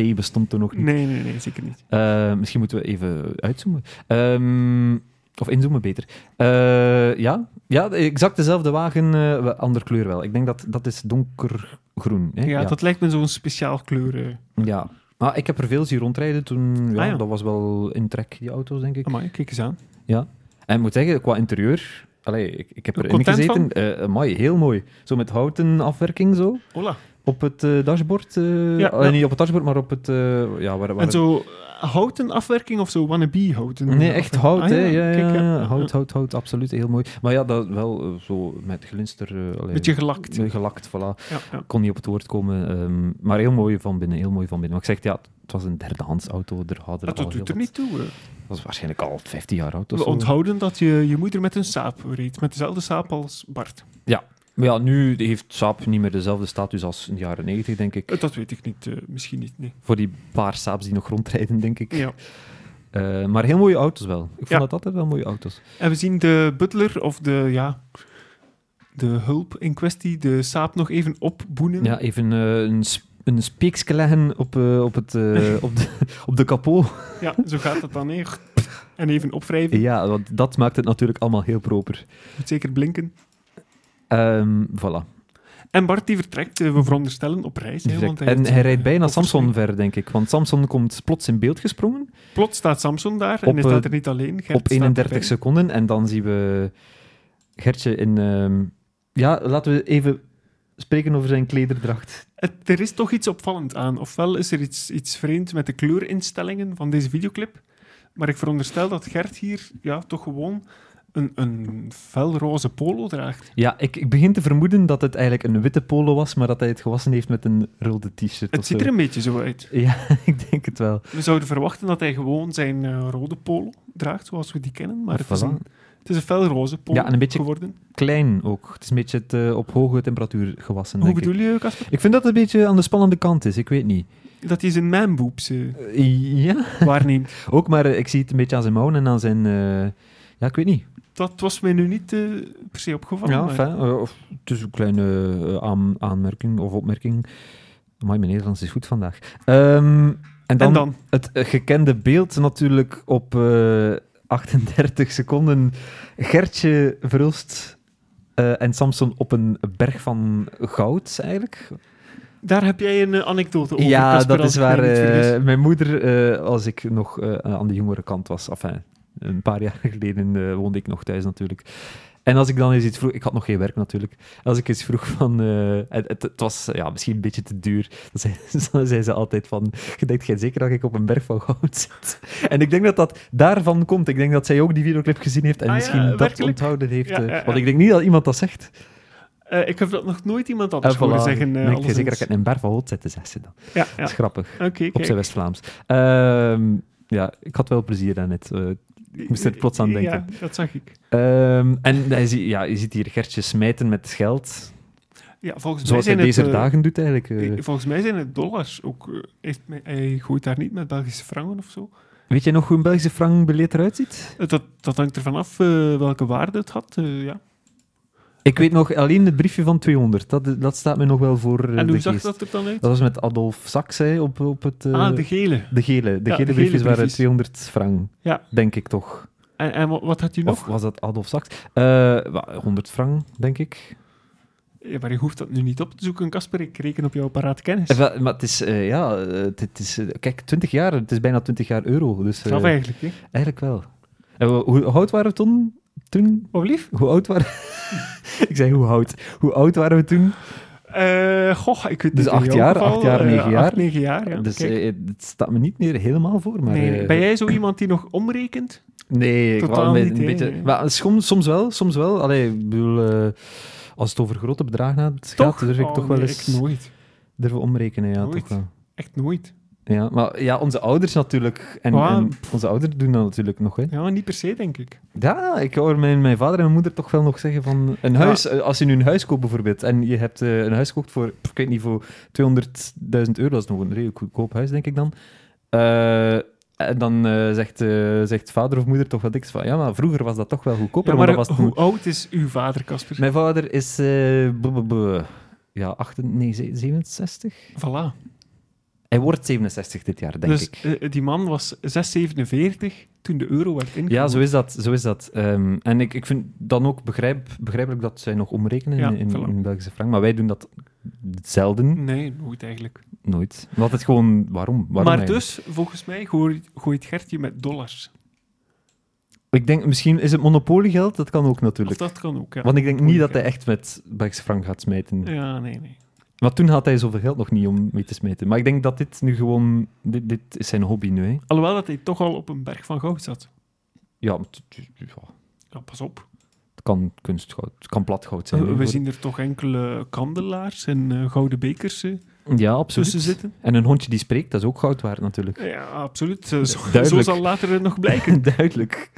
Speaker 2: 4K bestond er nog niet.
Speaker 1: Nee, nee, nee, zeker niet.
Speaker 2: Eh, misschien moeten we even uitzoomen. Ehm, of inzoomen, beter. Eh, ja, ja, exact dezelfde wagen, eh, wel ander kleur wel. Ik denk dat dat is donkergroen. Hè?
Speaker 1: Ja, dat lijkt me zo'n speciaal kleur. eh.
Speaker 2: Ja. Maar ik heb er veel zien rondrijden toen. Ja,
Speaker 1: Ah, ja.
Speaker 2: Dat was wel in trek, die auto's, denk ik.
Speaker 1: Amai, kijk eens aan.
Speaker 2: Ja. En ik moet zeggen, qua interieur... Allee, ik, ik heb erin
Speaker 1: Content
Speaker 2: gezeten. eh mooi, heel mooi. Zo met houten afwerking, zo.
Speaker 1: Hola.
Speaker 2: Op het eh, dashboard? eh,
Speaker 1: Ja,
Speaker 2: allee,
Speaker 1: ja.
Speaker 2: Niet op het dashboard, maar op het... eh, ja, waar, waar
Speaker 1: En zo houten afwerking of zo, wannabe houten.
Speaker 2: Nee, echt hout,
Speaker 1: Ah,
Speaker 2: hè? Ja,
Speaker 1: kijk,
Speaker 2: ja,
Speaker 1: ja.
Speaker 2: ja. Hout, hout, hout, absoluut. Heel mooi. Maar ja, dat wel eh, zo met glinster... eh allee,
Speaker 1: Beetje gelakt.
Speaker 2: eh, gelakt, voilà.
Speaker 1: Ja, ja.
Speaker 2: Kon niet op het woord komen. ehm, maar heel mooi van binnen, heel mooi van binnen. Maar ik zeg, ja, het was een derdehands auto. Er hadden
Speaker 1: Maar
Speaker 2: al
Speaker 1: dat
Speaker 2: heel
Speaker 1: doet er
Speaker 2: wat-
Speaker 1: niet toe. hè.
Speaker 2: Dat was waarschijnlijk al 15 jaar oud. of
Speaker 1: We
Speaker 2: zo.
Speaker 1: onthouden dat je je moeder met een saap reed. Met dezelfde saap als Bart.
Speaker 2: Maar ja, nu heeft Saab niet meer dezelfde status als in de jaren 90, denk ik.
Speaker 1: Eh, Dat weet ik niet. eh, misschien niet, nee.
Speaker 2: Voor die paar Saabs die nog rondrijden, denk ik.
Speaker 1: Ja.
Speaker 2: Eh, maar heel mooie auto's wel. Ik vond
Speaker 1: Ja.
Speaker 2: dat altijd wel mooie auto's.
Speaker 1: En we zien de butler of de, ja, de hulp in kwestie, de saap nog even opboenen.
Speaker 2: Ja, even eh, een, sp- een speekske leggen op, eh, op, het, eh, op, de, op de kapot.
Speaker 1: Ja, zo gaat dat dan. hè. En even opwrijven.
Speaker 2: Ja, want dat maakt het natuurlijk allemaal heel proper.
Speaker 1: Moet zeker blinken.
Speaker 2: Ehm voilà.
Speaker 1: En Bart die vertrekt, eh, we veronderstellen, op reis. Hè, want hij
Speaker 2: en
Speaker 1: heeft-
Speaker 2: hij rijdt bijna Samson
Speaker 1: overschreven.
Speaker 2: ver, denk ik. Want Samson komt plots in beeld gesprongen
Speaker 1: Plots staat Samson daar en
Speaker 2: Op,
Speaker 1: hij
Speaker 2: eh,
Speaker 1: staat er niet alleen. Gert
Speaker 2: op
Speaker 1: staat
Speaker 2: 31
Speaker 1: erbij.
Speaker 2: seconden. En dan zien we Gertje in... ehm, ja, laten we even spreken over zijn klederdracht.
Speaker 1: Het- er is toch iets opvallend aan. Ofwel is er iets, iets vreemd met de kleurinstellingen van deze videoclip. Maar ik veronderstel dat Gert hier ja, toch gewoon een, een felroze polo draagt.
Speaker 2: Ja, ik, ik begin te vermoeden dat het eigenlijk een witte polo was, maar dat hij het gewassen heeft met een rode t-shirt.
Speaker 1: Het
Speaker 2: of
Speaker 1: ziet
Speaker 2: zo.
Speaker 1: er een beetje zo uit.
Speaker 2: Ja, ik denk het wel.
Speaker 1: We zouden verwachten dat hij gewoon zijn eh, rode polo draagt, zoals we die kennen. Maar het is,
Speaker 2: Voilà.
Speaker 1: een, het is een felroze polo
Speaker 2: Ja, en een beetje
Speaker 1: geworden.
Speaker 2: Klein ook. Het is een beetje het, eh, op hoge temperatuur gewassen,
Speaker 1: Hoe
Speaker 2: denk ik.
Speaker 1: bedoel je, Casper?
Speaker 2: Ik vind dat het een beetje aan de spannende kant is, ik weet niet.
Speaker 1: Dat hij zijn manboobs eh,
Speaker 2: Eh, ja,
Speaker 1: waarneemt.
Speaker 2: ook, maar eh, ik zie het een beetje aan zijn mouwen en aan zijn... eh, ja, ik weet niet.
Speaker 1: Dat was mij nu niet eh, per se opgevallen.
Speaker 2: ja,
Speaker 1: maar-
Speaker 2: fijn, eh, of, het is een kleine eh, aan- aanmerking of opmerking. Maar mijn Nederlands is goed vandaag. Ehm, en, dan
Speaker 1: en dan?
Speaker 2: het eh, gekende beeld natuurlijk op eh, 38 seconden. Gertje Verhulst eh, en Samson op een berg van goud, eigenlijk.
Speaker 1: Daar heb jij een eh, anekdote over,
Speaker 2: ja,
Speaker 1: Casper,
Speaker 2: dat
Speaker 1: als ik
Speaker 2: is
Speaker 1: mij
Speaker 2: waar.
Speaker 1: niet
Speaker 2: eh,
Speaker 1: vergis.
Speaker 2: mijn moeder, eh, als ik nog eh, aan de jongere kant was, enfin, een paar jaar geleden eh, woonde ik nog thuis natuurlijk. En als ik dan eens iets vroeg, ik had nog geen werk natuurlijk. Als ik eens vroeg van, eh, het, het, het was ja, misschien een beetje te duur, dan zei, dan zei ze altijd van, je denkt jij zeker dat ik op een berg van goud zit? En ik denk dat dat daarvan komt. Ik denk dat zij ook die videoclip gezien heeft en
Speaker 1: Ah ja,
Speaker 2: misschien dat
Speaker 1: werkelijk?
Speaker 2: onthouden heeft.
Speaker 1: Ja,
Speaker 2: eh,
Speaker 1: ja, ja.
Speaker 2: Want ik denk niet dat iemand dat zegt.
Speaker 1: Eh, ik heb dat nog nooit iemand
Speaker 2: En
Speaker 1: anders horen zeggen. eh,
Speaker 2: ik
Speaker 1: alleszins.
Speaker 2: Ah, zeker dat ik in een berg van goud zit, zegt ze dan.
Speaker 1: Ja,
Speaker 2: Dat
Speaker 1: ja.
Speaker 2: is grappig.
Speaker 1: oké.
Speaker 2: Op
Speaker 1: kijk.
Speaker 2: zijn West-Vlaams. Ehm, ja, ik had wel plezier eh. aan het. ik moest er plots aan denken.
Speaker 1: Ja, dat zag ik.
Speaker 2: Ehm, en hij zie, ja, je ziet hier Gertje smijten met geld.
Speaker 1: Ja, volgens
Speaker 2: Zoals
Speaker 1: mij
Speaker 2: hij
Speaker 1: zijn
Speaker 2: deze
Speaker 1: het, eh,
Speaker 2: dagen doet eigenlijk. eh.
Speaker 1: eh, Volgens mij zijn het dollars ook. eh, heeft mij- hij gooit daar niet met Belgische frangen of zo.
Speaker 2: Weet jij nog hoe een Belgische frank beleed eruit ziet?
Speaker 1: Eh, Dat, dat hangt ervan af eh, welke waarde het had. eh, ja.
Speaker 2: Ik weet nog alleen het briefje van 200. Dat, dat staat me nog wel voor. eh,
Speaker 1: En
Speaker 2: de
Speaker 1: hoe zag
Speaker 2: geest.
Speaker 1: dat er dan uit?
Speaker 2: Dat was met Adolf Saks hè, op, op het. eh,
Speaker 1: ah, de
Speaker 2: de...
Speaker 1: gele.
Speaker 2: gele. De
Speaker 1: Ja,
Speaker 2: gele
Speaker 1: de gele
Speaker 2: briefjes waren
Speaker 1: briefjes.
Speaker 2: 200 frank.
Speaker 1: Ja.
Speaker 2: Denk ik toch.
Speaker 1: En, en wa- wat had je nog?
Speaker 2: Of was dat Adolf Saks? Eh, wa- 100 frank, denk ik.
Speaker 1: Ja, maar je hoeft dat nu niet op te zoeken, Casper. Ik reken op jouw paraat kennis.
Speaker 2: Eh, wel, Maar het is, eh, ja, eh, het, het is, eh, kijk, 20 jaar, het is bijna 20 jaar euro. Dus eh,
Speaker 1: Straf eigenlijk, hè?
Speaker 2: eigenlijk wel. En hoe, hoe oud waren we toen? toen?
Speaker 1: Wat lief?
Speaker 2: Hoe oud waren Ik zei hoe oud. Hoe oud waren we toen?
Speaker 1: Eh, goh, ik weet
Speaker 2: Dus
Speaker 1: niet. in
Speaker 2: acht
Speaker 1: jouw
Speaker 2: jaar,
Speaker 1: geval,
Speaker 2: acht jaar,
Speaker 1: eh,
Speaker 2: negen jaar.
Speaker 1: acht, negen jaar, ja.
Speaker 2: dus
Speaker 1: Kijk.
Speaker 2: eh, het staat me niet meer helemaal voor. Maar,
Speaker 1: nee, nee.
Speaker 2: eh,
Speaker 1: Ben jij zo iemand die nog omrekent?
Speaker 2: Nee, ik
Speaker 1: Totaal
Speaker 2: wou een,
Speaker 1: niet, eh? hè,
Speaker 2: beetje...
Speaker 1: nee.
Speaker 2: Maar soms, soms wel, soms wel. Allee, ik bedoel, eh, als het over grote bedragen gaat,
Speaker 1: Toch?
Speaker 2: durf ik
Speaker 1: Oh,
Speaker 2: toch wel
Speaker 1: nee,
Speaker 2: eens
Speaker 1: Ik nooit.
Speaker 2: durven omrekenen. Ja,
Speaker 1: Nooit.
Speaker 2: toch wel.
Speaker 1: Echt nooit.
Speaker 2: Ja, maar ja, onze ouders natuurlijk. En,
Speaker 1: Waar-
Speaker 2: en onze ouders doen dat natuurlijk nog, hè.
Speaker 1: Ja, niet per se, denk ik.
Speaker 2: Ja, ik hoor mijn, mijn vader en mijn moeder toch wel nog zeggen van... Een huis, eh, Als je nu een huis koopt bijvoorbeeld, en je hebt eh, een huis gekocht voor, pff, ik weet niet, voor 200.000 euro, dat is nog een redelijk goedkoop huis, denk ik dan. Eh, en dan eh, zegt, eh, zegt vader of moeder toch wel dikst van, ja, maar vroeger was dat toch wel goedkoper,
Speaker 1: Ja,
Speaker 2: maar,
Speaker 1: maar
Speaker 2: dat was het
Speaker 1: hoe
Speaker 2: niet."
Speaker 1: oud is uw vader, Casper?
Speaker 2: Mijn vader is... eh, bu- bu- bu- ja, 68, nee, ze- 67?
Speaker 1: Voilà.
Speaker 2: Hij wordt 67 dit jaar, denk
Speaker 1: dus
Speaker 2: ik.
Speaker 1: eh, die man was 6,47 toen de euro werd ingevoerd.
Speaker 2: Ja, zo is dat. Zo is dat. Ehm, en ik, ik vind dan ook begrijp, begrijpelijk dat zij nog omrekenen
Speaker 1: Ja,
Speaker 2: in, in,
Speaker 1: voilà.
Speaker 2: in Belgische frank. Maar wij doen dat zelden.
Speaker 1: Nee, nooit eigenlijk.
Speaker 2: Nooit. Want het gewoon, waarom? waarom
Speaker 1: maar
Speaker 2: eigenlijk?
Speaker 1: dus, volgens mij gooit, gooit Gertje met dollars.
Speaker 2: Ik denk, misschien is het monopoliegeld, dat kan ook
Speaker 1: Of
Speaker 2: natuurlijk.
Speaker 1: dat kan ook, ja.
Speaker 2: Want ik denk niet dat hij echt met Belgische frank gaat smijten.
Speaker 1: Ja, nee, nee.
Speaker 2: Maar toen had hij zoveel geld nog niet om mee te smeten. Maar ik denk dat dit nu gewoon... Dit, dit is zijn hobby nu, hè.
Speaker 1: Alhoewel dat hij toch al op een berg van goud zat.
Speaker 2: Ja, maar het- het- ja,
Speaker 1: Ja, pas op.
Speaker 2: het kan kunstgoud... Het kan platgoud zijn. hè,
Speaker 1: We, we
Speaker 2: voor-
Speaker 1: zien er toch enkele kandelaars en eh, gouden bekers eh,
Speaker 2: Ja, absoluut.
Speaker 1: tussen zitten.
Speaker 2: En een hondje die spreekt, dat is ook goud waard natuurlijk.
Speaker 1: Ja, absoluut. Eh, Zo,
Speaker 2: Duidelijk.
Speaker 1: zo zal later eh, nog blijken.
Speaker 2: Duidelijk.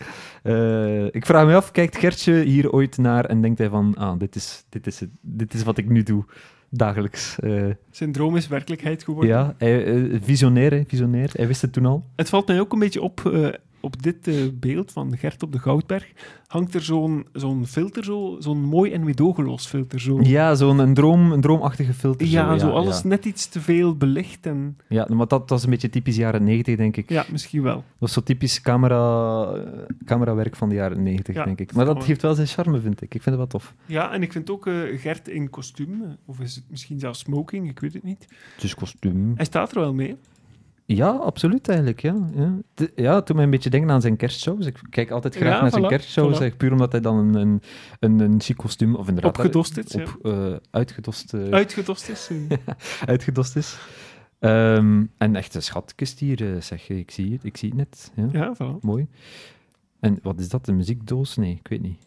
Speaker 2: Eh, ik vraag me af, kijkt Gertje hier ooit naar en denkt hij van, ah, dit is, dit is, het, dit is wat ik nu doe, dagelijks. Eh,
Speaker 1: Zijn droom is werkelijkheid geworden.
Speaker 2: ja, hij, eh, visionair, hè, visionair. Hij wist het toen al.
Speaker 1: Het valt mij ook een beetje op, eh, op dit eh, beeld van Gert op de Goudberg, hangt er zo'n zo'n filter, zo- zo'n mooi en medogeloos filter. Zo.
Speaker 2: Ja, zo'n een droom, een droomachtige filter.
Speaker 1: Ja, zo alles
Speaker 2: Ja,
Speaker 1: net iets te veel belicht. En,
Speaker 2: Ja, maar dat was een beetje typisch jaren 90 denk ik.
Speaker 1: ja, misschien wel.
Speaker 2: Dat was zo typisch camera, eh, camerawerk van de jaren 90
Speaker 1: Ja,
Speaker 2: denk ik. Maar dat
Speaker 1: kan
Speaker 2: geeft wel zijn charme, vind ik. Ik vind het wel tof.
Speaker 1: Ja, en ik vind ook eh, Gert in kostuum, eh, of is het misschien zelfs smoking, ik weet het niet.
Speaker 2: Dus kostuum.
Speaker 1: Hij staat er wel mee.
Speaker 2: Ja, absoluut eigenlijk. Ja. Ja. T- ja, het doet mij een beetje denken aan zijn kerstshows. Ik kijk altijd graag
Speaker 1: Ja,
Speaker 2: naar zijn
Speaker 1: voilà,
Speaker 2: kerstshows,
Speaker 1: voilà.
Speaker 2: zeg, puur omdat hij dan een, een, een, een chic kostuum of inderdaad
Speaker 1: Opgedost is. ja.
Speaker 2: op, eh, uitgedost, eh,
Speaker 1: Uitgedost is. eh.
Speaker 2: uitgedost is. Ehm, en echt een schatkist hier, eh, zeg. Ik zie het, ik zie het net. Ja.
Speaker 1: ja, voilà.
Speaker 2: Mooi. En wat is dat, een muziekdoos? Nee, ik weet niet.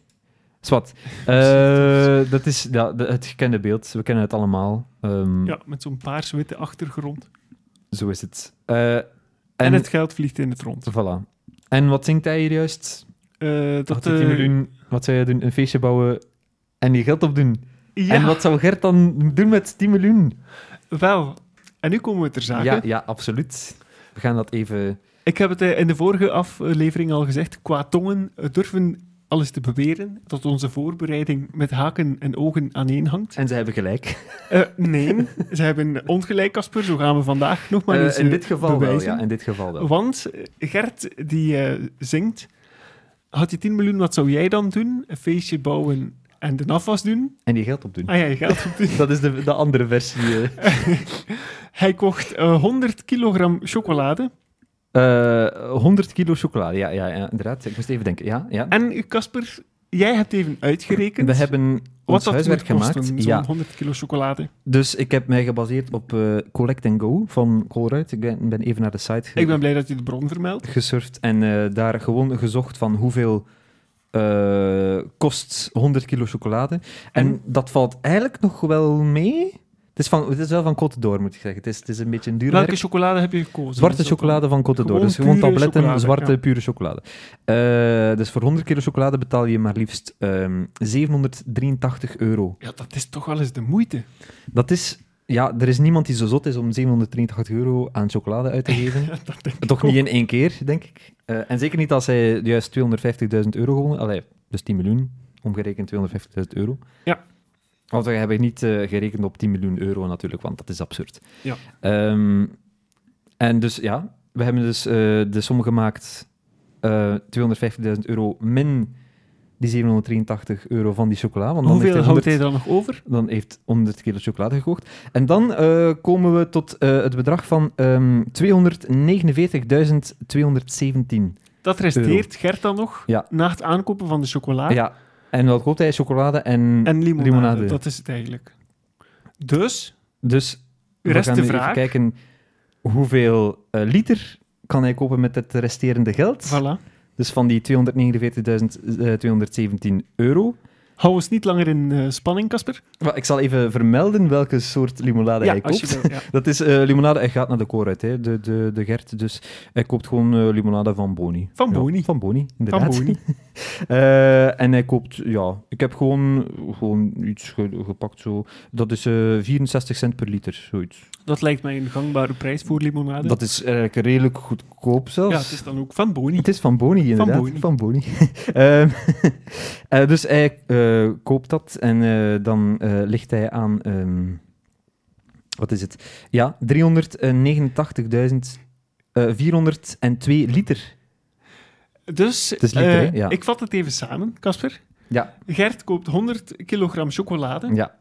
Speaker 2: Zwat. Eh, dat is ja, de- het gekende beeld. We kennen het allemaal. Ehm,
Speaker 1: Ja, met zo'n paars-witte achtergrond.
Speaker 2: Zo is het. Eh, en,
Speaker 1: En, het geld vliegt in het rond.
Speaker 2: Voilà. En wat zingt hij hier juist?
Speaker 1: Eh,
Speaker 2: Wat
Speaker 1: dat,
Speaker 2: zou, hij
Speaker 1: eh,
Speaker 2: doen? wat zou jij doen? Een feestje bouwen en je geld opdoen.
Speaker 1: ja,
Speaker 2: En wat zou Gert dan doen met 10 miljoen?
Speaker 1: wel. En nu komen we ter zake.
Speaker 2: Ja, ja, absoluut. We gaan dat even...
Speaker 1: Ik heb het eh, in de vorige aflevering al gezegd. Qua tongen eh, durven alles te beweren dat onze voorbereiding met haken en ogen aaneen hangt.
Speaker 2: En ze hebben gelijk.
Speaker 1: Eh, nee, ze hebben ongelijk, Casper. Zo gaan we vandaag nog maar
Speaker 2: Eh,
Speaker 1: eens
Speaker 2: in
Speaker 1: eh,
Speaker 2: dit geval wel,
Speaker 1: bewijzen.
Speaker 2: ja. In dit geval wel.
Speaker 1: Want eh, Gert, die eh, zingt... Had je 10 miljoen, wat zou jij dan doen? Een feestje bouwen en de afwas doen?
Speaker 2: En je geld opdoen.
Speaker 1: Ah ja, je geld op de-
Speaker 2: Dat is de, de andere versie. eh.
Speaker 1: Hij kocht eh, 100 kilogram chocolade.
Speaker 2: Eh, 100 kilo chocolade. Ja, ja, ja, inderdaad. Ik moest even denken. Ja, ja.
Speaker 1: En Casper, jij hebt even uitgerekend...
Speaker 2: We hebben
Speaker 1: wat
Speaker 2: ons
Speaker 1: dat
Speaker 2: huiswerk
Speaker 1: moet kosten,
Speaker 2: gemaakt.
Speaker 1: Zo'n
Speaker 2: ja.
Speaker 1: 100 kilo chocolade.
Speaker 2: Dus ik heb mij gebaseerd op eh, Collect and Go van Colruyt. Ik ben, ben even naar de site
Speaker 1: Ik ben blij dat je de bron vermeldt.
Speaker 2: gesurfd en eh, daar gewoon gezocht van hoeveel eh, kost 100 kilo chocolade. En
Speaker 1: En?
Speaker 2: dat valt eigenlijk nog wel mee. Het is, van, het is wel van Côte d'Or, moet ik zeggen. Het is, het is een beetje een duur
Speaker 1: Welke
Speaker 2: merk.
Speaker 1: chocolade heb je gekozen?
Speaker 2: Zwarte
Speaker 1: Is dat
Speaker 2: chocolade van Côte d'Or.
Speaker 1: Gewoon
Speaker 2: Dus gewoon
Speaker 1: pure
Speaker 2: tabletten,
Speaker 1: chocolade,
Speaker 2: zwarte,
Speaker 1: ja.
Speaker 2: pure chocolade. Eh, dus voor 100 kilo chocolade betaal je maar liefst ehm, 783 euro.
Speaker 1: dan? Ja, dat is toch wel eens de moeite.
Speaker 2: Dat is... Ja, er is niemand die zo zot is om 783 euro aan chocolade uit te geven.
Speaker 1: Dat denk ik
Speaker 2: Toch
Speaker 1: ook.
Speaker 2: niet in één keer, denk ik. Eh, en zeker niet als hij juist 250.000 euro gewonnen Allee, dus 10 miljoen, omgerekend 250.000 euro.
Speaker 1: Ja.
Speaker 2: Want we hebben niet eh, gerekend op 10 miljoen euro natuurlijk, want dat is absurd.
Speaker 1: Ja.
Speaker 2: Ehm, en dus ja, we hebben dus eh, de som gemaakt eh 250.000 euro min die 783 euro van die chocola. Want dan heeft
Speaker 1: Hoeveel
Speaker 2: hij
Speaker 1: houdt hij
Speaker 2: 100
Speaker 1: dan nog over?
Speaker 2: dan heeft 100 kilo chocolade gekocht. En dan eh, komen we tot eh, het bedrag van ehm 249.217.
Speaker 1: Dat resteert Gert dan nog
Speaker 2: Ja.
Speaker 1: na het aankopen van de chocolade
Speaker 2: Ja. En wat koopt hij? Chocolade en...
Speaker 1: Ah. en limonade.
Speaker 2: Limonade.
Speaker 1: Dat is het eigenlijk. Dus,
Speaker 2: Dus we
Speaker 1: Rest
Speaker 2: gaan
Speaker 1: de
Speaker 2: nu even
Speaker 1: vraag.
Speaker 2: kijken hoeveel eh, liter kan hij kopen met het resterende geld.
Speaker 1: voilà.
Speaker 2: Dus van die 249.217 euro.
Speaker 1: Hou ons niet langer in eh, spanning, Casper.
Speaker 2: Maar ik zal even vermelden welke soort limonade hij koopt.
Speaker 1: als je wil. Ja.
Speaker 2: Dat is eh, limonade. Hij gaat naar de koor uit, hè, de, de, de Gert. Dus hij koopt gewoon eh, limonade van Boni.
Speaker 1: Van
Speaker 2: Ja,
Speaker 1: Boni.
Speaker 2: van Boni,
Speaker 1: Van
Speaker 2: inderdaad.
Speaker 1: Boni.
Speaker 2: Eh, en hij koopt, ja, ik heb gewoon, gewoon iets ge- gepakt zo. Dat is eh, 64 cent per liter, zoiets.
Speaker 1: Dat lijkt mij een gangbare prijs voor limonade.
Speaker 2: Dat is eigenlijk redelijk goedkoop zelfs.
Speaker 1: Ah, dus ja, het is dan ook van Boni.
Speaker 2: Het is van Boni, inderdaad.
Speaker 1: Boni.
Speaker 2: Van Boni. Ehm, eh, dus hij eh, koopt dat en eh, dan eh, ligt hij aan... ehm, wat is het? Ja, 389.402 liter.
Speaker 1: Dus,
Speaker 2: is liter,
Speaker 1: eh,
Speaker 2: hè? Ja.
Speaker 1: ik vat het even samen, Casper.
Speaker 2: Ja.
Speaker 1: Gert koopt 100 kilogram chocolade.
Speaker 2: Ja,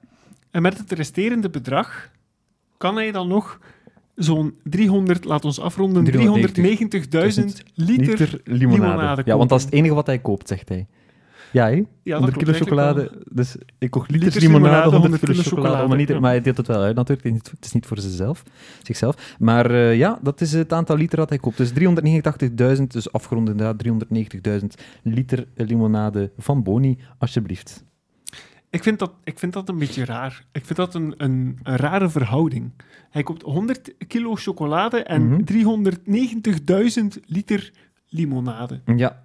Speaker 1: En met het resterende bedrag kan hij dan nog zo'n 300, laat ons afronden, 390.000
Speaker 2: 390.000
Speaker 1: liter,
Speaker 2: liter limonade.
Speaker 1: limonade
Speaker 2: Ja, want
Speaker 1: kopen.
Speaker 2: dat is het enige wat hij koopt, zegt hij. Ja, hè?
Speaker 1: Ja,
Speaker 2: 100 kilo
Speaker 1: klopt eigenlijk wel.
Speaker 2: chocolade. Dus ik kocht liters,
Speaker 1: Liters
Speaker 2: limonade,
Speaker 1: limonade,
Speaker 2: 100 kilo
Speaker 1: 100
Speaker 2: chocolade.
Speaker 1: chocolade,
Speaker 2: maar, niet,
Speaker 1: ja.
Speaker 2: maar hij deelt het wel uit natuurlijk. Het is niet- Het is niet voor zichzelf. zichzelf. Maar eh, ja, dat is het aantal liter dat hij koopt. Dus 389.000, dus afgerond inderdaad 390.000 liter limonade van Boni, alsjeblieft.
Speaker 1: Ik vind, dat, ik vind dat een beetje raar. Ik vind dat een, een, een rare verhouding. Hij koopt 100 kilo chocolade en
Speaker 2: Mhm.
Speaker 1: 390.000 liter limonade.
Speaker 2: Ja,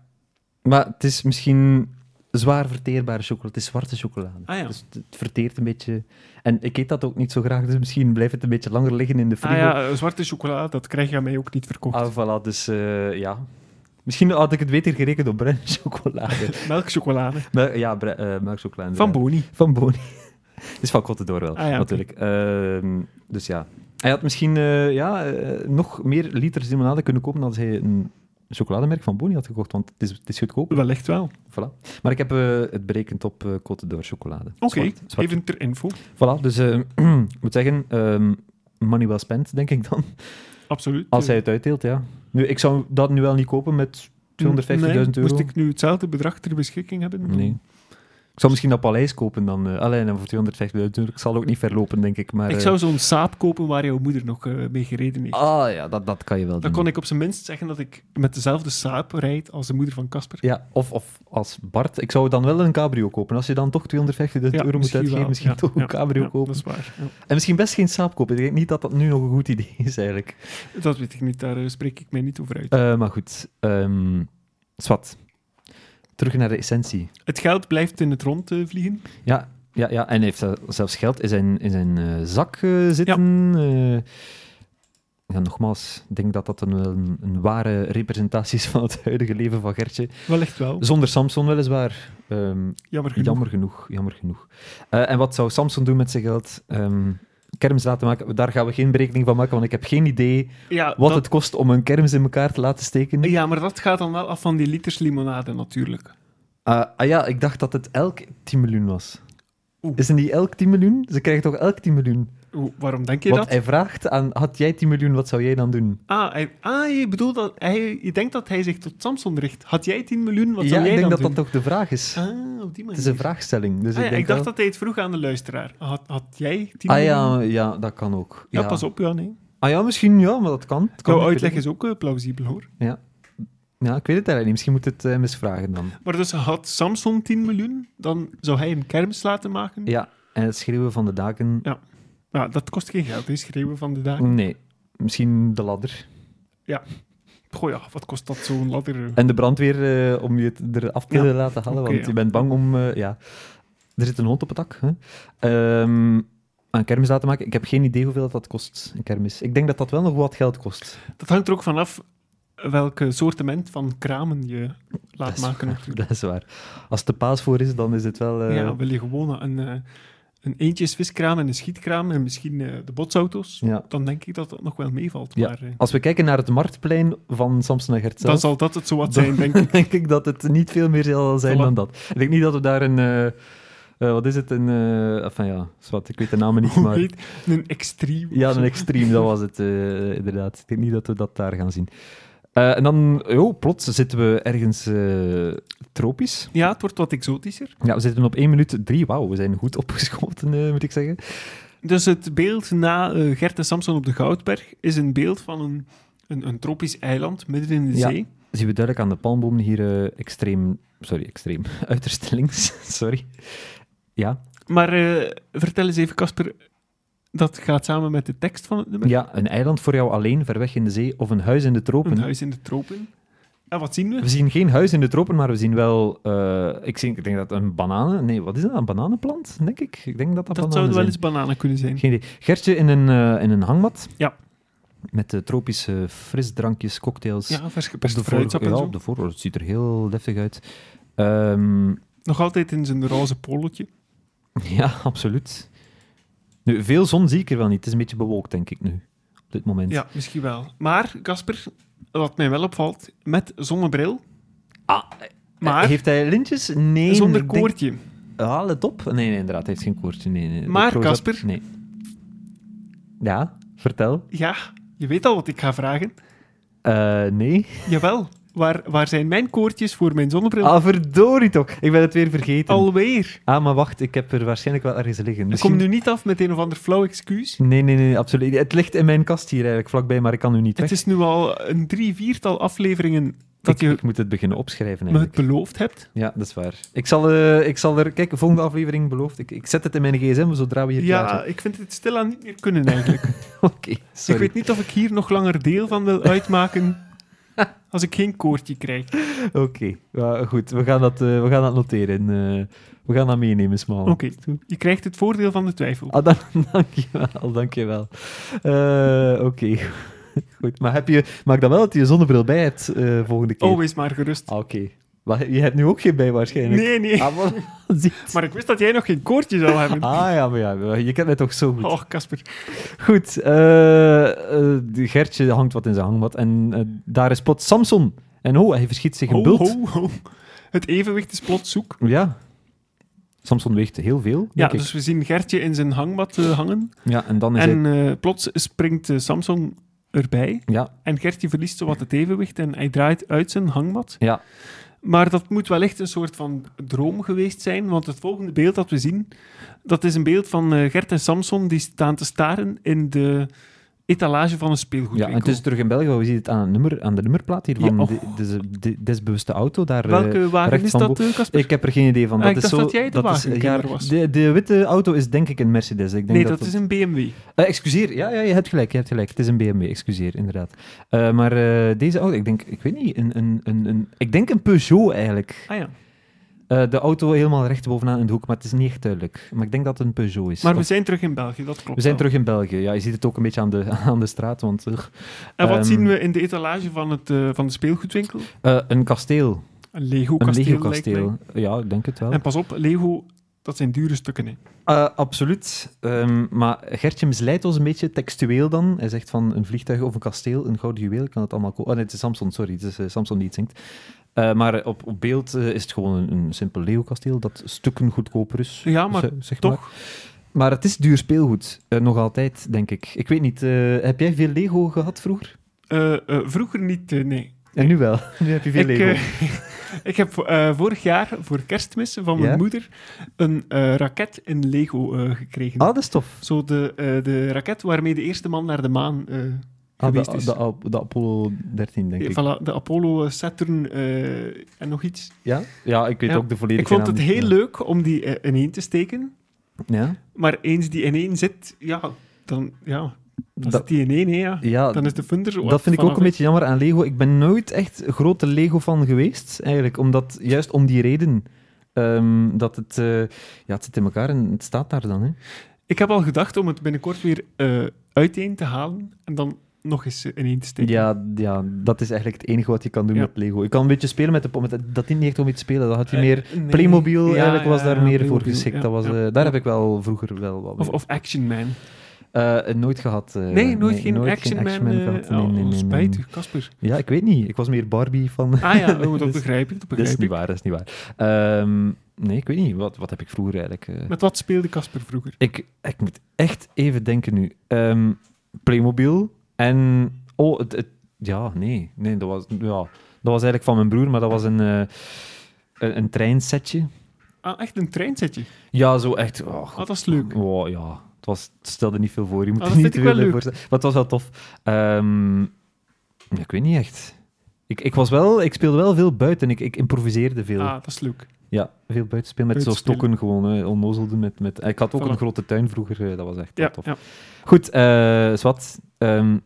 Speaker 2: maar het is misschien zwaar verteerbare chocolade. Het is zwarte chocolade.
Speaker 1: Ah ja.
Speaker 2: Dus het het verteert een beetje. En ik eet dat ook niet zo graag, dus misschien blijft het een beetje langer liggen in de
Speaker 1: Ah
Speaker 2: frigo.
Speaker 1: ja, eh, zwarte chocolade, dat krijg je aan mij ook niet verkocht.
Speaker 2: Ah, voilà, dus eh, ja. Misschien had ik het beter gerekend op bruine chocolade.
Speaker 1: Melkchocolade.
Speaker 2: Mel- Ah. ja, bru- eh, melkchocolade.
Speaker 1: Van
Speaker 2: ja.
Speaker 1: Boni.
Speaker 2: Van Boni. Het is van Cottedor wel,
Speaker 1: Ah, ja, oké.
Speaker 2: natuurlijk. Ehm, dus ja. Hij had misschien eh, ja, eh, nog meer liters limonade kunnen kopen als hij een chocolademerk van Boni had gekocht, want het is, het is goedkoop.
Speaker 1: Wellicht wel.
Speaker 2: Voilà. Maar ik heb eh, het berekend op eh Côte d'Or chocolade.
Speaker 1: Oké,
Speaker 2: Zwart- zwart.
Speaker 1: even ter info.
Speaker 2: Voilà, dus eh, ik moet zeggen, ehm money well spent, denk ik dan.
Speaker 1: Absoluut. Eh,
Speaker 2: Als hij het uitdeelt, ja. Nu, ik zou dat nu wel niet kopen met 250.000
Speaker 1: Nee,
Speaker 2: euro.
Speaker 1: Moest ik nu hetzelfde bedrag ter beschikking hebben? dan-
Speaker 2: Nee. Ik zou misschien dat paleis kopen dan. eh alleen dan voor 250.000 euro. Ik zal ook niet verlopen, denk ik. Maar,
Speaker 1: Ik
Speaker 2: eh,
Speaker 1: zou zo'n saap kopen waar jouw moeder nog eh, mee gereden heeft.
Speaker 2: Ah ja, dat, dat kan je wel
Speaker 1: Dan
Speaker 2: doen.
Speaker 1: kon ik op zijn minst zeggen dat ik met dezelfde saap rijd als de moeder van Casper.
Speaker 2: Ja, of, of als Bart. Ik zou dan wel een cabrio kopen. Als je dan toch 250.000 euro moet
Speaker 1: misschien
Speaker 2: uitgeven,
Speaker 1: wel.
Speaker 2: misschien
Speaker 1: Ja,
Speaker 2: toch
Speaker 1: ja,
Speaker 2: een cabrio
Speaker 1: ja,
Speaker 2: kopen.
Speaker 1: Dat is waar. ja.
Speaker 2: En misschien best geen saap kopen. Ik denk niet dat dat nu nog een goed idee is, eigenlijk.
Speaker 1: Dat weet ik niet, daar eh, spreek ik mij niet over uit.
Speaker 2: Eh, maar goed, ehm zwart. Terug naar de essentie.
Speaker 1: Het geld blijft in het rond eh, vliegen.
Speaker 2: Ja, ja, ja. en hij heeft zel- zelfs geld in zijn, in zijn eh, zak eh, zitten. Eh, ja, nogmaals, ik denk dat dat een, wel een, een ware representatie is van het huidige leven van Gertje.
Speaker 1: Wellicht wel.
Speaker 2: Zonder Samson weliswaar. Ehm,
Speaker 1: Jammer genoeg.
Speaker 2: Jammer genoeg, jammer genoeg. Eh, en wat zou Samson doen met zijn geld? Ehm, kermis laten maken, daar gaan we geen berekening van maken, want ik heb geen idee
Speaker 1: Ja,
Speaker 2: wat
Speaker 1: dat-
Speaker 2: het kost om een kermis in elkaar te laten steken.
Speaker 1: ja, maar dat gaat dan wel af van die liters limonade natuurlijk.
Speaker 2: Ah, ah ja, ik dacht dat het elk 10 miljoen was.
Speaker 1: Oeh.
Speaker 2: Is het niet elk 10 miljoen? Ze krijgen toch elk 10 miljoen?
Speaker 1: Hoe- waarom denk je
Speaker 2: Want
Speaker 1: dat?
Speaker 2: hij vraagt aan, had jij 10 miljoen, wat zou jij dan doen?
Speaker 1: Ah, hij- ah, je bedoelt dat hij, je denkt dat hij zich tot Samson richt. Had jij 10 miljoen, wat
Speaker 2: ja,
Speaker 1: zou jij
Speaker 2: ik denk dat
Speaker 1: dan
Speaker 2: dat toch de vraag is.
Speaker 1: doen? Ah, op die
Speaker 2: het
Speaker 1: manier.
Speaker 2: is een vraagstelling. Dus
Speaker 1: Ah ja,
Speaker 2: ik,
Speaker 1: ik,
Speaker 2: denk
Speaker 1: dacht
Speaker 2: wel-
Speaker 1: dat hij het vroeg aan de luisteraar. Had, had jij 10
Speaker 2: Ah
Speaker 1: miljoen?
Speaker 2: ja, ja, dat kan ook.
Speaker 1: Ja, pas op, ja, nee.
Speaker 2: Ah ja, misschien ja, maar dat kan. Dat kan
Speaker 1: Jouw
Speaker 2: ook.
Speaker 1: uitleg is ook eh, plausibel, hoor.
Speaker 2: Ja, ik weet het eigenlijk niet. Misschien moet het eh, misvragen dan.
Speaker 1: Maar dus had Samson 10 miljoen, dan zou hij een kermis laten maken.
Speaker 2: Ja, en het schreeuwen van de daken.
Speaker 1: Nou, dat kost geen geld, hè, schreeuwen van de dagen.
Speaker 2: Nee, misschien de ladder.
Speaker 1: Goh ja, wat kost dat zo'n ladder?
Speaker 2: En de brandweer eh, om je het eraf te
Speaker 1: Ja.
Speaker 2: laten halen,
Speaker 1: Oké,
Speaker 2: want
Speaker 1: ja.
Speaker 2: je bent bang om... eh, ja. Er zit een hond op het dak. Hè. Ehm, een kermis laten maken, ik heb geen idee hoeveel dat, dat kost, een kermis. Ik denk dat dat wel nog wat geld kost.
Speaker 1: Dat hangt er ook vanaf welke soortement van kramen je laat
Speaker 2: dat, is
Speaker 1: maken.
Speaker 2: waar,
Speaker 1: natuurlijk.
Speaker 2: dat is waar. Als het de paas voor is, dan is het wel... eh,
Speaker 1: Ja, wil je gewoon een, eh, een eentjesviskraam en een schietkraam en misschien eh, de botsauto's,
Speaker 2: ja.
Speaker 1: dan denk ik dat dat nog wel meevalt.
Speaker 2: Ja.
Speaker 1: Maar eh,
Speaker 2: Als we kijken naar het marktplein van Samson en Gert zelf,
Speaker 1: dan zal dat het zo wat
Speaker 2: Dan-
Speaker 1: zijn, denk ik.
Speaker 2: denk ik dat het niet veel meer zal zijn
Speaker 1: Voilà.
Speaker 2: dan dat. Ik denk niet dat we daar een... eh, eh, wat is het? Een... eh enfin ja, zwart, ik weet de namen niet,
Speaker 1: Hoe
Speaker 2: maar...
Speaker 1: heet een extreem? of
Speaker 2: Ja,
Speaker 1: zo.
Speaker 2: een extreem, dat was het eh, inderdaad. Ik denk niet dat we dat daar gaan zien. Eh, en dan, oh, plots zitten we ergens eh, tropisch.
Speaker 1: ja, het wordt wat exotischer.
Speaker 2: Ja, we zitten op 1 minuut 3. Wauw, we zijn goed opgeschoten, eh, moet ik zeggen.
Speaker 1: Dus het beeld na eh, Gert en Samson op de Goudberg is een beeld van een, een, een tropisch eiland midden in de
Speaker 2: Ja.
Speaker 1: zee.
Speaker 2: Zien we duidelijk aan de palmboom hier eh, extreem, sorry, extreem, uiterst links, sorry. Ja,
Speaker 1: Maar eh, vertel eens even, Casper, dat gaat samen met de tekst van het nummer.
Speaker 2: ja, een eiland voor jou alleen, ver weg in de zee, of een huis in de tropen.
Speaker 1: Een huis in de tropen. En wat zien
Speaker 2: We
Speaker 1: we?
Speaker 2: zien geen huis in de tropen, maar we zien wel, eh, ik, zie, ik denk dat een bananen, nee, wat is dat, een bananenplant, denk ik? Ik denk dat dat,
Speaker 1: Dat
Speaker 2: bananen
Speaker 1: zouden wel
Speaker 2: zijn.
Speaker 1: eens bananen kunnen zijn.
Speaker 2: Geen idee. Gertje in een, eh, in een hangmat.
Speaker 1: Ja.
Speaker 2: Met eh, tropische frisdrankjes, cocktails.
Speaker 1: Ja, vers
Speaker 2: op
Speaker 1: geperste
Speaker 2: de voorgrond.
Speaker 1: fruitsap en
Speaker 2: Ja,
Speaker 1: zo.
Speaker 2: op de voorgrond. Het ziet er heel deftig uit. Ehm,
Speaker 1: Nog altijd in zijn roze polotje.
Speaker 2: ja, absoluut. Nu, veel zon zie ik er wel niet. Het is een beetje bewolkt, denk ik, nu. Op dit moment.
Speaker 1: Ja, misschien wel. Maar, Casper, wat mij wel opvalt, met zonnebril,
Speaker 2: Ah,
Speaker 1: Maar-
Speaker 2: maar... Heeft hij lintjes? Nee.
Speaker 1: zonder
Speaker 2: ik denk-
Speaker 1: koordje.
Speaker 2: Ah, let op. Nee, nee, inderdaad. Hij heeft geen koortje. Nee, nee.
Speaker 1: Maar,
Speaker 2: Ik geloof dat-
Speaker 1: Casper?
Speaker 2: Nee. Ja, vertel.
Speaker 1: Ja, je weet al wat ik ga vragen.
Speaker 2: Eh, nee.
Speaker 1: Jawel, Waar, waar zijn mijn koortjes voor mijn zonnebril?
Speaker 2: Ah, verdorie toch. Ik ben het weer vergeten.
Speaker 1: Alweer.
Speaker 2: Ah, maar wacht, ik heb er waarschijnlijk wel ergens liggen.
Speaker 1: Ik
Speaker 2: Misschien...
Speaker 1: kom nu niet af met een of ander flauw excuus.
Speaker 2: Nee, nee, nee, absoluut. niet. Het ligt in mijn kast hier eigenlijk vlakbij, maar ik kan nu niet weg.
Speaker 1: Het is nu al een drie, viertal afleveringen dat
Speaker 2: ik,
Speaker 1: je
Speaker 2: ik moet het beginnen opschrijven
Speaker 1: me het
Speaker 2: eigenlijk.
Speaker 1: beloofd hebt.
Speaker 2: Ja, dat is waar. Ik zal, eh, ik zal er... Kijk, volgende aflevering beloofd. Ik, ik zet het in mijn gsm zodra we hier klaar
Speaker 1: Ja,
Speaker 2: zijn.
Speaker 1: ik vind het stilaan niet meer kunnen eigenlijk.
Speaker 2: Oké,
Speaker 1: Ik
Speaker 2: sorry.
Speaker 1: weet niet of ik hier nog langer deel van wil uitmaken als ik geen koortje krijg.
Speaker 2: Oké, ja, goed. We gaan dat, eh, we gaan dat noteren. eh, we gaan dat meenemen, Smal.
Speaker 1: Oké, je krijgt het voordeel van de twijfel.
Speaker 2: Ah, dan, dankjewel, dankjewel. Eh, Oké, goed. Maar heb je, maak dan wel dat je je zonnebril bij hebt eh, volgende keer.
Speaker 1: Oh, wees maar gerust.
Speaker 2: Ah, Oké. Maar Je hebt nu ook geen bij waarschijnlijk.
Speaker 1: Nee, nee.
Speaker 2: Ah, wat- ziet.
Speaker 1: Maar ik wist dat jij nog geen koortje zou hebben.
Speaker 2: Ah ja, maar ja, je kent mij toch zo goed.
Speaker 1: Och, Casper.
Speaker 2: Goed, eh, eh, de Gertje hangt wat in zijn hangmat en eh, daar is plots Samson. En oh, hij verschiet zich een
Speaker 1: Ho,
Speaker 2: bult.
Speaker 1: ho, ho. Het evenwicht is plots zoek.
Speaker 2: Ja. Samson weegt heel veel, denk
Speaker 1: Ja,
Speaker 2: ik.
Speaker 1: dus we zien Gertje in zijn hangmat eh, hangen.
Speaker 2: Ja, en dan is hij...
Speaker 1: En eh, plots springt eh, Samson erbij.
Speaker 2: Ja,
Speaker 1: En Gertje verliest zowat het evenwicht en hij draait uit zijn hangmat.
Speaker 2: ja.
Speaker 1: Maar dat moet wel echt een soort van droom geweest zijn, want het volgende beeld dat we zien, dat is een beeld van eh, Gert en Samson die staan te staren in de etalage van een
Speaker 2: ja
Speaker 1: speelgoedwinkel.
Speaker 2: en het is terug in België, want we zien het aan, het nummer, aan de nummerplaat hier
Speaker 1: Ja,
Speaker 2: van
Speaker 1: oh.
Speaker 2: de, deze- de- desbewuste auto. Daar, eh,
Speaker 1: Welke wagen
Speaker 2: rechts
Speaker 1: is
Speaker 2: van
Speaker 1: dat,
Speaker 2: boven.
Speaker 1: eh, Casper?
Speaker 2: ik heb er geen idee van.
Speaker 1: Ah,
Speaker 2: Dat
Speaker 1: ik
Speaker 2: is
Speaker 1: dacht
Speaker 2: zo,
Speaker 1: dat jij de
Speaker 2: is, eh,
Speaker 1: wagenkenner was.
Speaker 2: De, de witte auto is denk ik een Mercedes. Ik denk
Speaker 1: Nee,
Speaker 2: dat,
Speaker 1: dat,
Speaker 2: het-
Speaker 1: is een BMW.
Speaker 2: Eh, excuseer, ja, ja, je hebt gelijk, je hebt gelijk. Het is een BMW, excuseer, inderdaad. Eh, maar eh, deze auto, ik denk, ik weet niet, een, een, een, een, ik denk een Peugeot eigenlijk.
Speaker 1: Ah ja.
Speaker 2: Eh, de auto helemaal recht bovenaan in de hoek, maar het is niet echt duidelijk. Maar ik denk dat het een Peugeot is.
Speaker 1: Maar we
Speaker 2: Of-
Speaker 1: zijn terug in België, dat klopt.
Speaker 2: we zijn
Speaker 1: wel.
Speaker 2: terug in België. Ja, je ziet het ook een beetje aan de, aan de straat, want ugh.
Speaker 1: En wat
Speaker 2: Ehm,
Speaker 1: zien we in de etalage van, het, eh, van de speelgoedwinkel?
Speaker 2: Eh, een kasteel,
Speaker 1: Een Lego
Speaker 2: een
Speaker 1: kasteel.
Speaker 2: Lego-kasteel. Ja, ik denk het wel.
Speaker 1: En pas op, Lego, dat zijn dure stukken. Hè.
Speaker 2: Eh, absoluut. Ehm, maar Gertje misleidt ons een beetje textueel dan. Hij zegt van een vliegtuig of een kasteel, een gouden juweel, kan het allemaal kopen. Oh nee, het is Samson, sorry. Het is eh, Samson die het zingt. Eh, maar op, op beeld eh, is het gewoon een, een simpel leeuwkasteel dat stukken goedkoper is.
Speaker 1: Ja, maar
Speaker 2: ze- zeg
Speaker 1: toch?
Speaker 2: Maar. Maar het is duur speelgoed. Eh, nog altijd, denk ik. Ik weet niet, eh, heb jij veel Lego gehad vroeger?
Speaker 1: Eh, eh, vroeger niet, eh, nee.
Speaker 2: En nu wel. nu heb je veel
Speaker 1: Ik,
Speaker 2: Lego.
Speaker 1: eh, ik heb eh, vorig jaar voor kerstmis van mijn
Speaker 2: Ja?
Speaker 1: moeder een eh, raket in Lego eh, gekregen.
Speaker 2: ah, dat is tof.
Speaker 1: Zo de, eh, de raket waarmee de eerste man naar de maan eh,
Speaker 2: Ah, de,
Speaker 1: geweest
Speaker 2: de,
Speaker 1: is.
Speaker 2: de- de Apollo 13, denk
Speaker 1: Eh,
Speaker 2: ik.
Speaker 1: voilà, de Apollo, eh, Saturn eh, en nog iets.
Speaker 2: Ja? ja, ik weet
Speaker 1: Ja.
Speaker 2: ook de volledige
Speaker 1: ik vond
Speaker 2: naam
Speaker 1: het
Speaker 2: niet.
Speaker 1: heel leuk om die eh, ineen te steken.
Speaker 2: Ja?
Speaker 1: Maar eens die ineen zit, ja, dan ja, dan
Speaker 2: Dat-
Speaker 1: zit die ineen, hè, ja.
Speaker 2: Ja,
Speaker 1: Dan is de funder... wat
Speaker 2: Dat vind ik ook
Speaker 1: vanaf
Speaker 2: een beetje jammer aan Lego. Ik ben nooit echt grote Lego-fan geweest, eigenlijk. Omdat, juist om die reden, ehm, dat het... eh, ja, het zit in elkaar en het staat daar dan, hè.
Speaker 1: Ik heb al gedacht om het binnenkort weer eh, uiteen te halen en dan nog eens eh, ineen te steken.
Speaker 2: Ja, ja, dat is eigenlijk het enige wat je kan doen
Speaker 1: Ja.
Speaker 2: met Lego. Je kan een beetje spelen met de... Met de- dat ding niet echt om iets te spelen. Dat had je meer...
Speaker 1: Eh, nee.
Speaker 2: Playmobil
Speaker 1: Ja,
Speaker 2: eigenlijk was
Speaker 1: ja,
Speaker 2: daar
Speaker 1: ja,
Speaker 2: meer voor
Speaker 1: Playmobil,
Speaker 2: geschikt.
Speaker 1: ja,
Speaker 2: dat was,
Speaker 1: ja.
Speaker 2: eh, daar heb ik wel vroeger wel wat
Speaker 1: Of,
Speaker 2: mee.
Speaker 1: of Action Man.
Speaker 2: Eh, nooit gehad. eh,
Speaker 1: Nee, nooit geen Action Man.
Speaker 2: Man
Speaker 1: eh,
Speaker 2: gehad. Nee,
Speaker 1: oh,
Speaker 2: nee, nee, nee.
Speaker 1: spijtig, Casper.
Speaker 2: Ja, ik weet niet. Ik was meer Barbie van...
Speaker 1: Ah ja, oh, dat
Speaker 2: Dus-
Speaker 1: begrijp ik. Dat
Speaker 2: Dat is
Speaker 1: begrijp
Speaker 2: niet
Speaker 1: ik.
Speaker 2: waar, dat is niet waar. Ehm, nee, ik weet niet. Wat, wat heb ik vroeger eigenlijk... eh,
Speaker 1: Met wat speelde Casper vroeger?
Speaker 2: ik, ik moet echt even denken nu. Ehm, Playmobil en... Oh, het, het- ja, nee. Nee, dat was, ja, dat was eigenlijk van mijn broer, maar dat was een, eh, een, een treinsetje.
Speaker 1: Ah, echt een treinsetje.
Speaker 2: Ja, zo echt... Oh,
Speaker 1: Ah, dat is leuk.
Speaker 2: Oh, ja. Het, was, het stelde niet veel voor. Je moet
Speaker 1: Ah,
Speaker 2: er
Speaker 1: dat
Speaker 2: niet
Speaker 1: vind ik
Speaker 2: te
Speaker 1: wel
Speaker 2: veel bij
Speaker 1: leuk.
Speaker 2: voorstellen. Maar het was wel tof. Ehm, ja, ik weet niet echt. Ik, ik, was wel, ik speelde wel veel buiten. Ik, ik improviseerde veel.
Speaker 1: Ah, dat is leuk.
Speaker 2: Ja, veel buitenspelen met zo'n
Speaker 1: Buitenspelen.
Speaker 2: stokken gewoon, hè, onnozel doen met, met... Ik had ook
Speaker 1: Voilà.
Speaker 2: een grote tuin vroeger, eh, dat was echt wel
Speaker 1: Ja,
Speaker 2: tof.
Speaker 1: ja.
Speaker 2: Goed, eh Swat, ehm,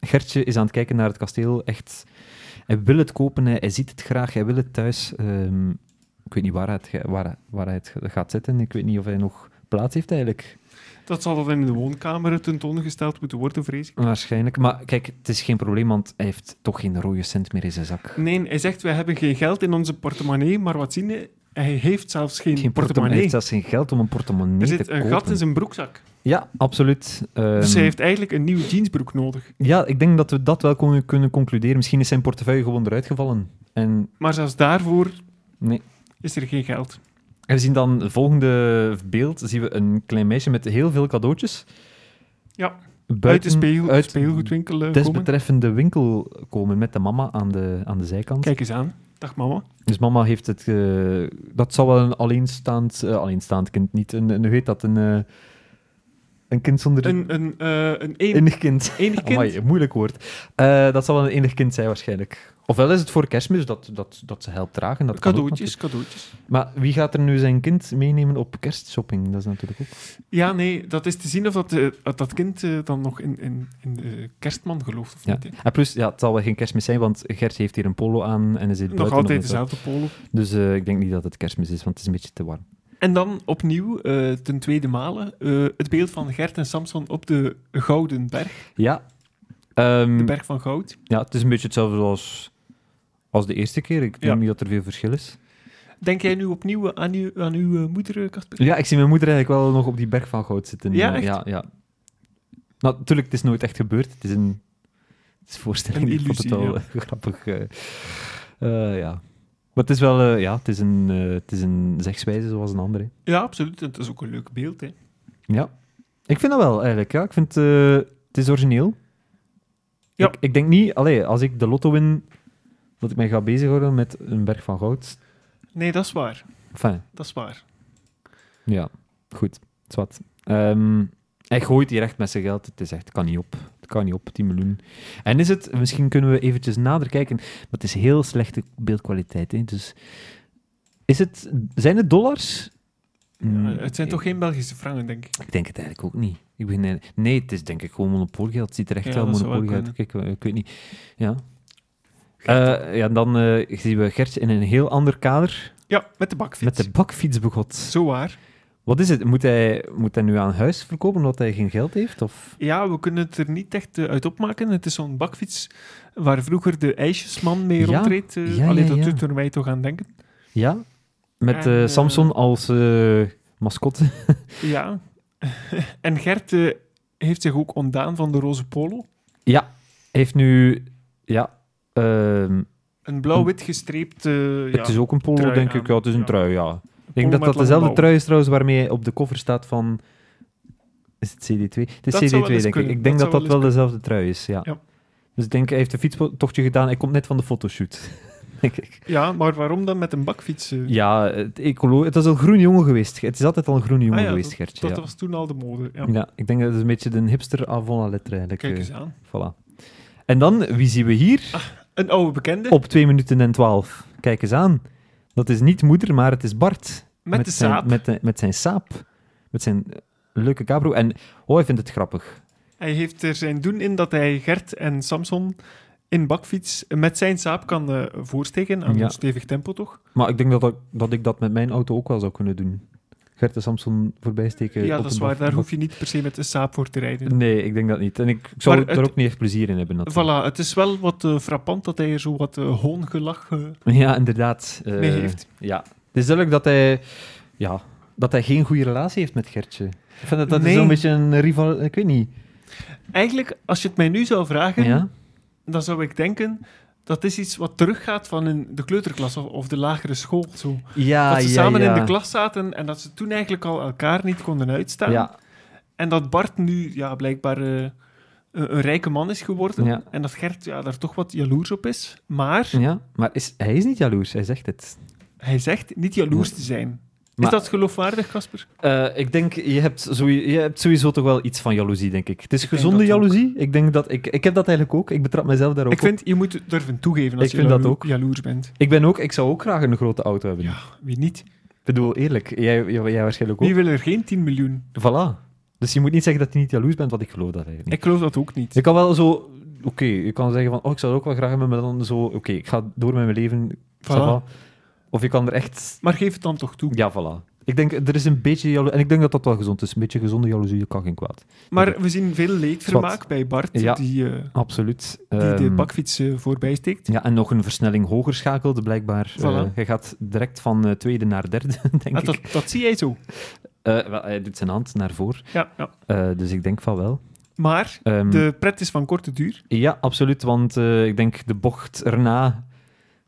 Speaker 2: Gertje is aan het kijken naar het kasteel, echt... Hij wil het kopen, hij, hij ziet het graag, hij wil het thuis. Ehm, ik weet niet waar hij, het, ge- waar, waar hij het ge- gaat zitten, ik weet niet of hij nog plaats heeft eigenlijk,
Speaker 1: Dat zal dan in de woonkamer tentoongesteld moeten worden, vrees ik.
Speaker 2: waarschijnlijk. Maar kijk, het is geen probleem, want hij heeft toch geen rode cent meer in zijn zak.
Speaker 1: Nee, hij zegt, wij hebben geen geld in onze portemonnee, maar wat zien we? Hij heeft zelfs geen,
Speaker 2: Geen portemonnee. Hij
Speaker 1: portemonnee.
Speaker 2: heeft zelfs geen geld om een portemonnee
Speaker 1: er
Speaker 2: te
Speaker 1: zit
Speaker 2: kopen.
Speaker 1: een gat in zijn broekzak.
Speaker 2: Ja, absoluut.
Speaker 1: Dus
Speaker 2: Ehm,
Speaker 1: hij heeft eigenlijk een nieuwe jeansbroek nodig.
Speaker 2: Ja, ik denk dat we dat wel kon- kunnen concluderen. Misschien is zijn portefeuille gewoon eruit gevallen. En
Speaker 1: Maar zelfs daarvoor
Speaker 2: nee.
Speaker 1: is er geen geld.
Speaker 2: En we zien dan het volgende beeld. Zien we een klein meisje met heel veel cadeautjes.
Speaker 1: Ja. uit de
Speaker 2: buiten-
Speaker 1: speel,
Speaker 2: uit
Speaker 1: speelgoedwinkel eh, komen.
Speaker 2: desbetreffende winkel komen met de mama aan de, aan de zijkant.
Speaker 1: Kijk eens aan. Dag mama.
Speaker 2: Dus mama heeft het... eh, dat zal wel een alleenstaand... eh, alleenstaand kind niet. Een, een, hoe heet dat? Een, eh, een kind zonder...
Speaker 1: Een, een, eh, een een-
Speaker 2: enig kind.
Speaker 1: enig kind.
Speaker 2: Amai, moeilijk woord. Eh, dat zal wel een enig kind zijn waarschijnlijk. Ofwel is het voor kerstmis dat, dat, dat ze helpt dragen. Dat kan ook
Speaker 1: cadeautjes, cadeautjes.
Speaker 2: natuurlijk. maar wie gaat er nu zijn kind meenemen op kerstshopping? Dat is natuurlijk ook...
Speaker 1: Ja, nee, dat is te zien of dat, eh, of dat kind eh, dan nog in, in, in de kerstman gelooft of
Speaker 2: Ja.
Speaker 1: niet. hè.
Speaker 2: En plus, ja, het zal wel geen kerstmis zijn, want Gert heeft hier een polo aan en is zit
Speaker 1: Nog
Speaker 2: buiten.
Speaker 1: altijd
Speaker 2: omdat-
Speaker 1: dezelfde polo.
Speaker 2: Dus eh, ik denk niet dat het kerstmis is, want het is een beetje te warm.
Speaker 1: En dan opnieuw, eh, ten tweede malen, eh, het beeld van Gert en Samson op de Gouden Berg.
Speaker 2: Ja.
Speaker 1: De
Speaker 2: Ehm,
Speaker 1: Berg van Goud.
Speaker 2: ja, het is een beetje hetzelfde als, als de eerste keer. Ik denk
Speaker 1: Ja.
Speaker 2: niet dat er veel verschil is.
Speaker 1: Denk jij nu opnieuw aan, u, aan uw eh, moeder, eh, Casper?
Speaker 2: Ja, ik zie mijn moeder eigenlijk wel nog op die berg van goud zitten.
Speaker 1: Ja,
Speaker 2: Eh,
Speaker 1: echt?
Speaker 2: Ja, ja. Nou, natuurlijk, het is nooit echt gebeurd. Het is een, het is een voorstelling.
Speaker 1: Een
Speaker 2: Ik vond het
Speaker 1: illusie,
Speaker 2: wel eh, grappig. eh. Eh, ja. Maar het is wel, eh, ja, het is een, eh, het is een zegswijze zoals een andere.
Speaker 1: Ja, absoluut. Het is ook een leuk beeld. Hè.
Speaker 2: Ja. Ik vind dat wel, eigenlijk. Ja. Ik vind eh, het is origineel.
Speaker 1: Ja.
Speaker 2: Ik, ik denk niet... Allee, als ik de lotto win, dat ik mij ga bezighouden met een berg van goud.
Speaker 1: Nee, dat is waar.
Speaker 2: Enfin,
Speaker 1: Dat is waar.
Speaker 2: ja. Goed. Zwat. Ehm hij gooit hier echt met zijn geld. Het is echt... Het kan niet op. Het kan niet op, 10 miljoen. En is het... Misschien kunnen we eventjes nader kijken. Maar het is heel slechte beeldkwaliteit, hè. Dus... Is het... Zijn het dollars? Hmm, Mm.
Speaker 1: Eh, het zijn toch geen Belgische frangen, denk ik.
Speaker 2: Ik denk het eigenlijk ook niet. Ik begin eigenlijk- Nee, het is denk ik gewoon monopoliegeld. Het ziet er echt
Speaker 1: Ja,
Speaker 2: wel
Speaker 1: dat zou wel
Speaker 2: monopoliegeld uit. Kijk, eh, ik weet niet. Ja. Eh, ja, dan eh, zien we Gert in een heel ander kader.
Speaker 1: Ja, met de bakfiets.
Speaker 2: Met de bakfiets begot.
Speaker 1: Zo waar.
Speaker 2: Wat is het? Moet hij, moet hij nu aan huis verkopen omdat hij geen geld heeft? Of...
Speaker 1: Ja, we kunnen het er niet echt eh, uit opmaken. Het is zo'n bakfiets waar vroeger de ijsjesman mee
Speaker 2: Ja.
Speaker 1: rondreed. eh.
Speaker 2: Ja,
Speaker 1: Allee,
Speaker 2: ja,
Speaker 1: dat
Speaker 2: ja.
Speaker 1: doet er mij toch aan denken.
Speaker 2: Ja? Met
Speaker 1: En,
Speaker 2: eh,
Speaker 1: eh,
Speaker 2: Samson als eh, mascotte.
Speaker 1: Ja. en Gert eh, heeft zich ook ontdaan van de roze polo.
Speaker 2: ja, heeft nu... Ja, ehm,
Speaker 1: Een blauw-wit gestreept... eh, ja.
Speaker 2: het is ook een polo,
Speaker 1: trui
Speaker 2: denk
Speaker 1: aan.
Speaker 2: ik. Ja, het is een
Speaker 1: Ja.
Speaker 2: trui, ja.
Speaker 1: een polo met
Speaker 2: Ik denk dat dat
Speaker 1: lange
Speaker 2: dezelfde
Speaker 1: mouwen.
Speaker 2: trui is trouwens waarmee hij op de cover staat van... Is het CD2? Het is
Speaker 1: Dat zou wel
Speaker 2: CD2,
Speaker 1: eens
Speaker 2: denk ik.
Speaker 1: kunnen.
Speaker 2: Ik denk
Speaker 1: Dat
Speaker 2: dat dat
Speaker 1: zou
Speaker 2: wel,
Speaker 1: wel eens
Speaker 2: dezelfde trui is, ja.
Speaker 1: Ja.
Speaker 2: Dus ik denk, hij heeft een fietstochtje gedaan. Hij komt net van de fotoshoot, denk ik.
Speaker 1: Ja, maar waarom dan met een bakfiets? eh?
Speaker 2: Ja, het ecolo... Het was al groen jongen geweest. Het is altijd al een groen jongen
Speaker 1: Ah ja,
Speaker 2: geweest,
Speaker 1: dat-
Speaker 2: Gertje.
Speaker 1: Dat
Speaker 2: ja.
Speaker 1: was toen al de mode. Ja.
Speaker 2: ja. ik denk dat het een beetje de hipster avant la lettre eigenlijk.
Speaker 1: Kijk
Speaker 2: eh,
Speaker 1: eens aan.
Speaker 2: Voilà. En dan, wie zien we hier?
Speaker 1: Een oude bekende
Speaker 2: Op 2 minuten en 12. Kijk eens aan. Dat is niet moeder, maar het is Bart.
Speaker 1: met, de
Speaker 2: zijn,
Speaker 1: saap.
Speaker 2: Met, de- met zijn saap. Met zijn eh, leuke cabrio. En oh, hij vindt het grappig.
Speaker 1: Hij heeft er zijn doen in dat hij Gert en Samson in bakfiets met zijn saap kan eh, voorsteken. Aan
Speaker 2: Ja.
Speaker 1: een stevig tempo toch?
Speaker 2: Maar ik denk dat, dat, dat ik dat met mijn auto ook wel zou kunnen doen. Gert de Samson voorbij steken.
Speaker 1: ja,
Speaker 2: eh, op
Speaker 1: dat
Speaker 2: de
Speaker 1: is waar.
Speaker 2: bak-
Speaker 1: Daar hoef je niet per se met een saap voor te rijden.
Speaker 2: Nee, ik denk dat niet. En ik zou
Speaker 1: Maar
Speaker 2: er
Speaker 1: het-
Speaker 2: ook niet echt plezier in hebben. Dat
Speaker 1: Voilà, het is wel wat eh, frappant dat hij er zo wat eh, hoongelach eh,
Speaker 2: Ja, inderdaad. eh,
Speaker 1: mee heeft.
Speaker 2: Ja. Het is duidelijk dat hij, ja, dat hij geen goede relatie heeft met Gertje. Ik vind dat dat
Speaker 1: Nee.
Speaker 2: is zo'n beetje een rival... Ik weet niet.
Speaker 1: Eigenlijk, als je het mij nu zou vragen,
Speaker 2: Ja?
Speaker 1: dan zou ik denken... Dat is iets wat teruggaat van in de kleuterklas of, of de lagere school. Zo.
Speaker 2: Ja,
Speaker 1: dat ze
Speaker 2: Ah, ja,
Speaker 1: samen
Speaker 2: ja.
Speaker 1: in de klas zaten en dat ze toen eigenlijk al elkaar niet konden uitstaan.
Speaker 2: Ja,
Speaker 1: En dat Bart nu ja, blijkbaar eh, een, een rijke man is geworden.
Speaker 2: Ja. Hm.
Speaker 1: En dat Gert ja, daar toch wat jaloers op is. Maar
Speaker 2: ja. maar is, hij is niet jaloers. Hij zegt het.
Speaker 1: hij zegt niet jaloers te zijn.
Speaker 2: Maar-
Speaker 1: Is dat geloofwaardig, Casper?
Speaker 2: Eh, ik denk, je hebt, sowieso, je hebt sowieso toch wel iets van jaloezie, denk ik. Het is
Speaker 1: Ik denk
Speaker 2: gezonde
Speaker 1: dat ook.
Speaker 2: jaloezie. Ik, denk dat, ik, ik heb dat eigenlijk ook. Ik betrap mezelf daar ook
Speaker 1: Ik vind, je moet het durven toegeven als
Speaker 2: Ik
Speaker 1: je
Speaker 2: vind dat
Speaker 1: jalo-
Speaker 2: ook.
Speaker 1: jaloers bent.
Speaker 2: op. Ik, ben ook, ik zou ook graag een grote auto hebben.
Speaker 1: Ja. Wie niet?
Speaker 2: Ik bedoel, eerlijk. Jij, jij, jij waarschijnlijk ook.
Speaker 1: Wie wil er geen 10 miljoen?
Speaker 2: Voilà. Dus je moet niet zeggen dat je niet jaloers bent, want ik geloof dat eigenlijk niet.
Speaker 1: Ik geloof dat ook niet.
Speaker 2: Je Dus kan wel zo... Oké, je kan zeggen van, oh, ik zou het ook wel graag hebben, maar dan zo... Oké, ik ga door met mijn leven.
Speaker 1: Voilà.
Speaker 2: ça va. Of je kan er echt...
Speaker 1: Maar geef het dan toch toe.
Speaker 2: Ja, voilà. Ik denk, er is een beetje jaloezie... En ik denk dat dat wel gezond is. Een beetje gezonde jaloezie, dat kan geen kwaad.
Speaker 1: Maar we zien veel leedvermaak bij Bart,
Speaker 2: Ja.
Speaker 1: die, eh,
Speaker 2: Absoluut.
Speaker 1: die de
Speaker 2: Ehm,
Speaker 1: bakfiets eh, voorbij steekt.
Speaker 2: Ja, en nog een versnelling hoger schakelde, blijkbaar.
Speaker 1: Voilà.
Speaker 2: Eh, je gaat direct van eh, tweede naar derde, denk
Speaker 1: Ah,
Speaker 2: ik.
Speaker 1: dat, dat zie jij zo.
Speaker 2: Eh, wel, hij doet zijn hand naar voren,
Speaker 1: Ja, ja.
Speaker 2: Eh, dus ik denk van wel.
Speaker 1: Maar
Speaker 2: Ehm,
Speaker 1: de pret is van korte duur.
Speaker 2: Ja, absoluut, want eh, ik denk de bocht erna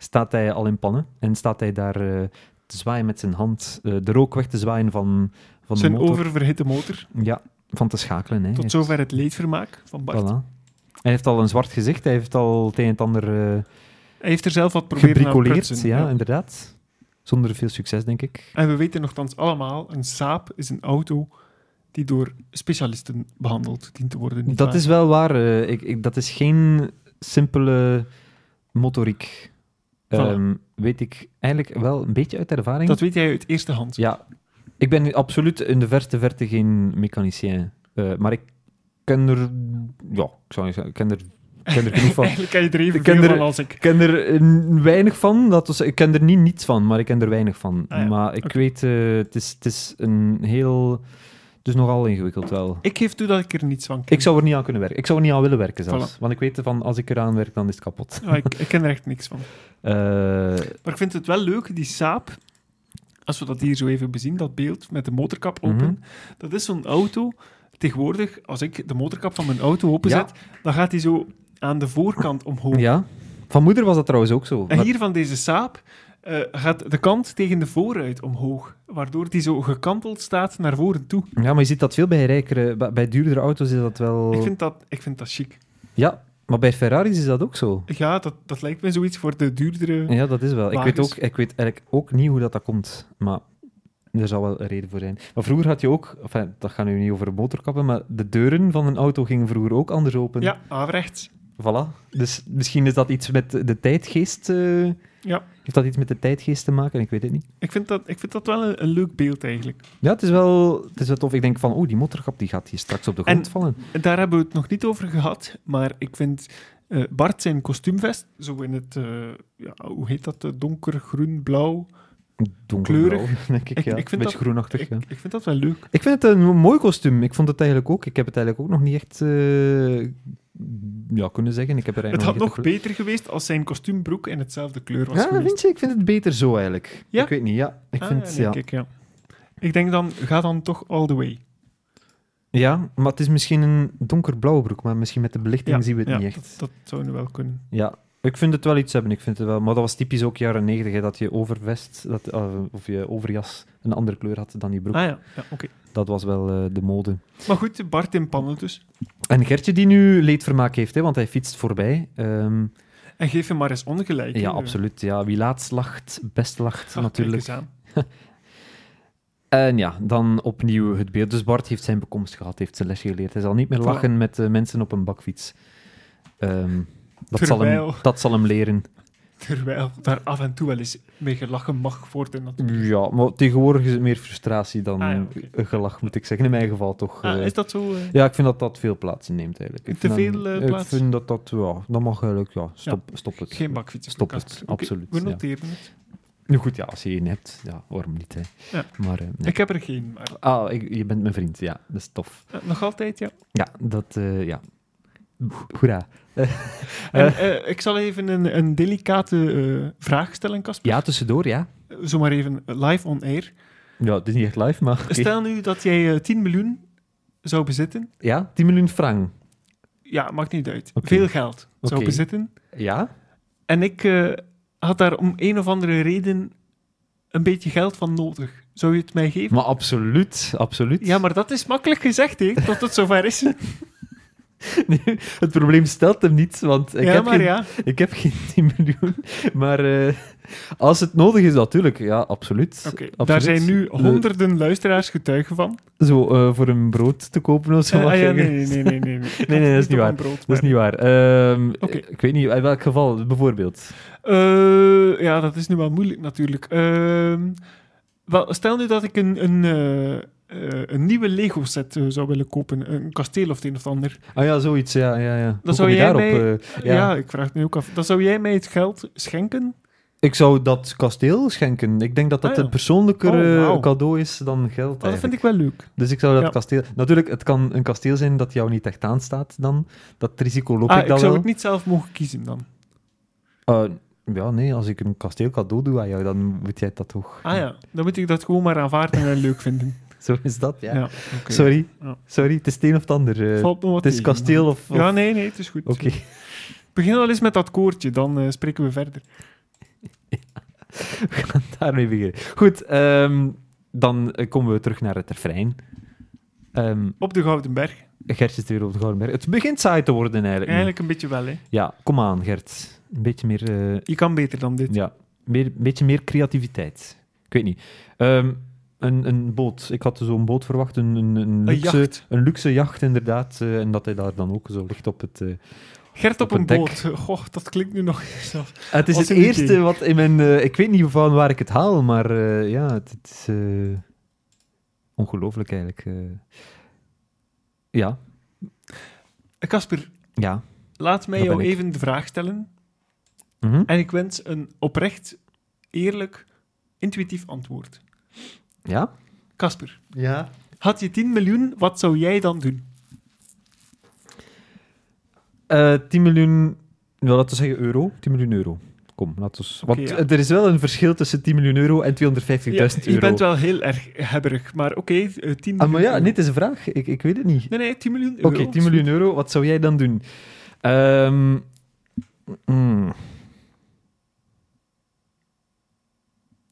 Speaker 2: staat hij al in pannen. En staat hij daar eh, te zwaaien met zijn hand, eh, de rook weg te zwaaien van, van de
Speaker 1: Zijn
Speaker 2: motor.
Speaker 1: oververhitte motor.
Speaker 2: Ja, van te schakelen. Hè.
Speaker 1: Tot
Speaker 2: Heeft-
Speaker 1: zover het leedvermaak van Bart.
Speaker 2: Voilà. Hij heeft al een zwart gezicht, hij heeft al het een en het ander eh,
Speaker 1: Hij heeft er zelf wat proberen aan
Speaker 2: gebricoleerd.
Speaker 1: prutsen,
Speaker 2: ja,
Speaker 1: ja.
Speaker 2: inderdaad. Zonder veel succes, denk ik.
Speaker 1: En we weten nogthans allemaal, een saap is een auto die door specialisten behandeld dient te worden. niet
Speaker 2: Dat
Speaker 1: waar?
Speaker 2: is wel waar. eh, ik, ik, dat is geen simpele motoriek.
Speaker 1: Voilà.
Speaker 2: Ehm, weet ik eigenlijk wel een beetje uit ervaring.
Speaker 1: dat weet jij uit eerste hand.
Speaker 2: Ja, ik ben absoluut in de verste verte geen mechanicien. Eh, maar ik ken er... Ja, ik zou niet zeggen, ik ken er, ik ken er genoeg van.
Speaker 1: Eigenlijk kan je er even
Speaker 2: Ik ken
Speaker 1: veel
Speaker 2: er-
Speaker 1: van als ik.
Speaker 2: Ik ken er eh, weinig van. Dat was, ik ken er niet niets van, maar ik ken er weinig van.
Speaker 1: Ah ja,
Speaker 2: Maar ik
Speaker 1: oké.
Speaker 2: weet, eh, het, is, het is een heel... Het is nogal ingewikkeld wel.
Speaker 1: Ik geef toe dat ik er niets van ken.
Speaker 2: Ik zou er niet aan kunnen werken. Ik zou er niet aan willen werken zelfs.
Speaker 1: Voilà.
Speaker 2: Want ik weet van, als ik eraan werk, dan is het kapot.
Speaker 1: Ah, ik, ik ken er echt niks van.
Speaker 2: Eh,
Speaker 1: Maar ik vind het wel leuk, die saap. Als we dat hier zo even bezien, dat beeld met de motorkap
Speaker 2: Mhm.
Speaker 1: open. Dat is zo'n auto. Tegenwoordig, als ik de motorkap van mijn auto openzet, dan gaat die zo aan de voorkant omhoog.
Speaker 2: ja. Van moeder was dat trouwens ook zo.
Speaker 1: En hier van deze saap eh, gaat de kant tegen de vooruit omhoog. Waardoor die zo gekanteld staat naar voren toe.
Speaker 2: Maar- ja, maar je ziet dat veel bij rijkere... bij- Bij duurdere auto's is dat wel...
Speaker 1: Ik vind dat, ik vind dat chic.
Speaker 2: Ja, maar bij Ferraris is dat ook zo.
Speaker 1: Ja, dat, dat lijkt me zoiets voor de duurdere...
Speaker 2: Ja, dat is wel. Ik weet,
Speaker 1: Wagens.
Speaker 2: ook, ik weet eigenlijk ook niet hoe dat, dat komt, maar er zal wel een reden voor zijn. Maar vroeger had je ook, enfin, dat gaat nu niet over motorkappen, maar de deuren van een auto gingen vroeger ook anders open.
Speaker 1: Ja, averechts.
Speaker 2: Voilà. Dus misschien is dat iets met de tijdgeest. eh,
Speaker 1: Ja.
Speaker 2: Heeft dat iets met de tijdgeest te maken? Ik weet het niet.
Speaker 1: Ik vind dat, ik vind dat wel een, een leuk beeld eigenlijk.
Speaker 2: Ja, het is wel, het is wel tof. Ik denk van, oh, die motorkap die gaat hier straks op de grond
Speaker 1: En-
Speaker 2: vallen.
Speaker 1: Daar hebben we het nog niet over gehad, maar ik vind eh, Bart zijn kostuumvest, zo in het, eh, ja, hoe heet dat, eh, donker, groen, blauw.
Speaker 2: Donkerblauw, denk ik.
Speaker 1: Ik-
Speaker 2: Ja.
Speaker 1: ik vind
Speaker 2: Beetje
Speaker 1: dat-
Speaker 2: groenachtig.
Speaker 1: Ik,
Speaker 2: ja.
Speaker 1: ik vind dat wel leuk.
Speaker 2: Ik vind het een mooi kostuum. Ik vond het eigenlijk ook. Ik heb het eigenlijk ook nog niet echt eh, ja, kunnen zeggen. Ik heb er
Speaker 1: Het
Speaker 2: eigenlijk
Speaker 1: had
Speaker 2: niet
Speaker 1: nog
Speaker 2: echt-
Speaker 1: beter geweest als zijn kostuumbroek in hetzelfde kleur was
Speaker 2: Ja,
Speaker 1: geweest.
Speaker 2: Ah, vind je? Ik vind het beter zo eigenlijk.
Speaker 1: Ja?
Speaker 2: Ik weet niet, ja. Ik
Speaker 1: Ah,
Speaker 2: vind,
Speaker 1: nee,
Speaker 2: ja.
Speaker 1: kijk, ja. Ik denk dan, ga dan toch all the way.
Speaker 2: ja, maar het is misschien een donkerblauwe broek, maar misschien met de belichting
Speaker 1: Ja,
Speaker 2: zien we het
Speaker 1: ja,
Speaker 2: niet echt.
Speaker 1: Dat zou nu wel kunnen.
Speaker 2: Ja, ik vind het wel iets hebben, ik vind het wel. Maar dat was typisch ook jaren negentig, dat je overvest dat, eh, of je overjas een andere kleur had dan die broek.
Speaker 1: Ah ja, ja oké.
Speaker 2: Dat was wel eh, de mode.
Speaker 1: Maar goed, Bart in pannen dus.
Speaker 2: En Gertje die nu leedvermaak heeft, hè, want hij fietst voorbij. Ehm,
Speaker 1: En geef hem maar eens ongelijk.
Speaker 2: ja,
Speaker 1: hè.
Speaker 2: absoluut. Ja, wie laatst lacht, best lacht
Speaker 1: Ah, kijk
Speaker 2: natuurlijk.
Speaker 1: eens aan.
Speaker 2: En ja, dan opnieuw het beeld. Dus Bart heeft zijn bekomst gehad, heeft zijn lesje geleerd. Hij zal niet meer
Speaker 1: Voilà.
Speaker 2: lachen met eh, mensen op een bakfiets. Ehm, dat, zal hem,
Speaker 1: Terwijl-
Speaker 2: dat zal hem leren.
Speaker 1: Terwijl daar af en toe wel eens mee gelachen mag worden. natuurlijk.
Speaker 2: Ja, maar tegenwoordig is het meer frustratie dan
Speaker 1: Ah, ja, oké.
Speaker 2: een gelach, moet ik zeggen. In mijn geval toch.
Speaker 1: Ah,
Speaker 2: eh,
Speaker 1: is dat zo? eh?
Speaker 2: Ja, ik vind dat dat veel plaats inneemt eigenlijk. Ik
Speaker 1: Te
Speaker 2: vind
Speaker 1: veel,
Speaker 2: dat-
Speaker 1: eh,
Speaker 2: Ik
Speaker 1: plaats?
Speaker 2: vind dat dat, ja, dat mag eigenlijk, ja, stop, stop het.
Speaker 1: Geen bakfietsen.
Speaker 2: Stop
Speaker 1: voor
Speaker 2: het,
Speaker 1: Casper. Oké,
Speaker 2: absoluut,
Speaker 1: We
Speaker 2: ja.
Speaker 1: noteren het.
Speaker 2: Nu goed, ja, als je één hebt, ja, waarom niet, hè.
Speaker 1: Ja.
Speaker 2: Maar, eh, nee.
Speaker 1: Ik heb er geen, maar
Speaker 2: Ah, ik- je bent mijn vriend, ja, dat is tof.
Speaker 1: eh, nog altijd, ja.
Speaker 2: Ja, dat, eh, ja. Hoera.
Speaker 1: En, eh, ik zal even een, een delicate eh, vraag stellen, Casper.
Speaker 2: Ja, tussendoor, ja.
Speaker 1: Zo Zomaar even live on air.
Speaker 2: Ja, het is niet echt live, maar... oké.
Speaker 1: Stel nu dat jij eh, 10 miljoen zou bezitten.
Speaker 2: Ja, 10 miljoen frank.
Speaker 1: Ja, maakt niet uit.
Speaker 2: Oké.
Speaker 1: Veel geld zou
Speaker 2: Oké.
Speaker 1: bezitten.
Speaker 2: Ja?
Speaker 1: En ik eh, had daar om een of andere reden een beetje geld van nodig. Zou je het mij geven?
Speaker 2: Maar absoluut, absoluut.
Speaker 1: Ja, maar dat is makkelijk gezegd, hè, tot het zover is.
Speaker 2: Nee, het probleem stelt hem niet, want ik,
Speaker 1: ja,
Speaker 2: heb,
Speaker 1: maar
Speaker 2: geen,
Speaker 1: ja.
Speaker 2: ik heb geen 10 miljoen. Maar eh, als het nodig is, natuurlijk. Ja, absoluut.
Speaker 1: Oké,
Speaker 2: absoluut.
Speaker 1: Daar zijn nu
Speaker 2: Le-
Speaker 1: honderden luisteraars getuigen van.
Speaker 2: Zo, eh, voor een brood te kopen of zo.
Speaker 1: Eh,
Speaker 2: wat
Speaker 1: ah, ja,
Speaker 2: ging er-
Speaker 1: nee, nee, nee, nee, nee. nee.
Speaker 2: nee, dat is niet
Speaker 1: op
Speaker 2: waar.
Speaker 1: een brood,
Speaker 2: Dat
Speaker 1: maar-
Speaker 2: is niet waar. Ehm,
Speaker 1: Oké.
Speaker 2: Ik weet niet, in welk geval, bijvoorbeeld.
Speaker 1: Eh, ja, dat is nu wel moeilijk natuurlijk. Ehm, wel, stel nu dat ik een, een, eh, eh, een nieuwe Lego-set eh, zou willen kopen. Een kasteel of het een of ander.
Speaker 2: Ah ja, zoiets, ja, ja, ja. Hoe
Speaker 1: zou
Speaker 2: kom je
Speaker 1: jij
Speaker 2: daarop?
Speaker 1: mij-
Speaker 2: eh?
Speaker 1: Ja.
Speaker 2: ja.
Speaker 1: ik vraag het nu ook af. Dan zou jij mij het geld schenken? Oh,
Speaker 2: Ik zou dat kasteel schenken. Ik denk dat dat
Speaker 1: Ah, ja.
Speaker 2: een persoonlijker
Speaker 1: Oh,
Speaker 2: eh,
Speaker 1: wauw. Oh,
Speaker 2: cadeau is dan
Speaker 1: dat
Speaker 2: geld.
Speaker 1: vind
Speaker 2: eigenlijk.
Speaker 1: ik wel leuk.
Speaker 2: Dus ik zou dat
Speaker 1: Ja.
Speaker 2: kasteel... Natuurlijk, het kan een kasteel zijn dat jou niet echt aanstaat dan. Dat risico loop
Speaker 1: Ah,
Speaker 2: ik
Speaker 1: ik
Speaker 2: dan
Speaker 1: zou
Speaker 2: wel.
Speaker 1: het niet zelf mogen kiezen dan.
Speaker 2: Eh, ja, nee, als ik een kasteel cadeau doe aan jou, dan moet jij dat toch.
Speaker 1: Ah ja, dan moet ik dat gewoon maar aanvaarden en leuk vinden.
Speaker 2: Zo is dat, ja.
Speaker 1: Ja, oké.
Speaker 2: Sorry,
Speaker 1: Ja.
Speaker 2: sorry, het is het een of het ander. eh.
Speaker 1: Valt me wat
Speaker 2: het is
Speaker 1: tegen,
Speaker 2: kasteel
Speaker 1: maar-
Speaker 2: of... of-
Speaker 1: Ja, nee, nee, het is goed.
Speaker 2: Oké.
Speaker 1: Begin al eens met dat koortje, dan eh, spreken we verder.
Speaker 2: We gaan daarmee beginnen. Goed, ehm, dan eh, komen we terug naar het refrein. Ehm
Speaker 1: Op de Gouden Berg.
Speaker 2: Gert zit weer op de Gorenberg. Het begint saai te worden eigenlijk. nu.
Speaker 1: Eigenlijk een beetje wel, hè.
Speaker 2: Ja, kom aan, Gert. Een beetje meer, eh,
Speaker 1: Je kan beter dan dit.
Speaker 2: ja, meer, een beetje meer creativiteit. Ik weet niet. Ehm, een, een boot. Ik had zo'n boot verwacht. Een, een, een,
Speaker 1: Een
Speaker 2: luxe,
Speaker 1: jacht.
Speaker 2: een luxe jacht, inderdaad. eh, en dat hij daar dan ook zo ligt op het... eh,
Speaker 1: Gert op,
Speaker 2: Op een
Speaker 1: een
Speaker 2: dek.
Speaker 1: boot. Goh, dat klinkt nu nog zelf.
Speaker 2: Het is
Speaker 1: Als
Speaker 2: het
Speaker 1: een
Speaker 2: eerste
Speaker 1: idee.
Speaker 2: wat in mijn... eh, ik weet niet van waar ik het haal, maar eh, ja, het, het is... eh, ongelooflijk eigenlijk. eh. ja,
Speaker 1: Casper,
Speaker 2: ja.
Speaker 1: laat mij
Speaker 2: Dat ben
Speaker 1: jou
Speaker 2: ik.
Speaker 1: even de vraag stellen.
Speaker 2: Mhm.
Speaker 1: En ik wens een oprecht, eerlijk, intuïtief antwoord.
Speaker 2: Ja?
Speaker 1: Casper,
Speaker 2: Ja.
Speaker 1: had je 10 miljoen, wat zou jij dan doen?
Speaker 2: Eh, 10 miljoen, nou, laten we zeggen euro. 10 miljoen euro. Kom, laten we. Want
Speaker 1: ja.
Speaker 2: eh, er is wel een verschil tussen 10 miljoen euro en 250.000
Speaker 1: Ja,
Speaker 2: euro.
Speaker 1: je bent wel heel erg hebberig, maar oké, eh, 10 miljoen.
Speaker 2: Ah, maar ja,
Speaker 1: euro.
Speaker 2: nee, het is een vraag. Ik, ik weet het niet.
Speaker 1: Nee, nee, 10 miljoen
Speaker 2: Oké,
Speaker 1: euro.
Speaker 2: 10 miljoen euro, wat zou jij dan doen? Ehm, mm,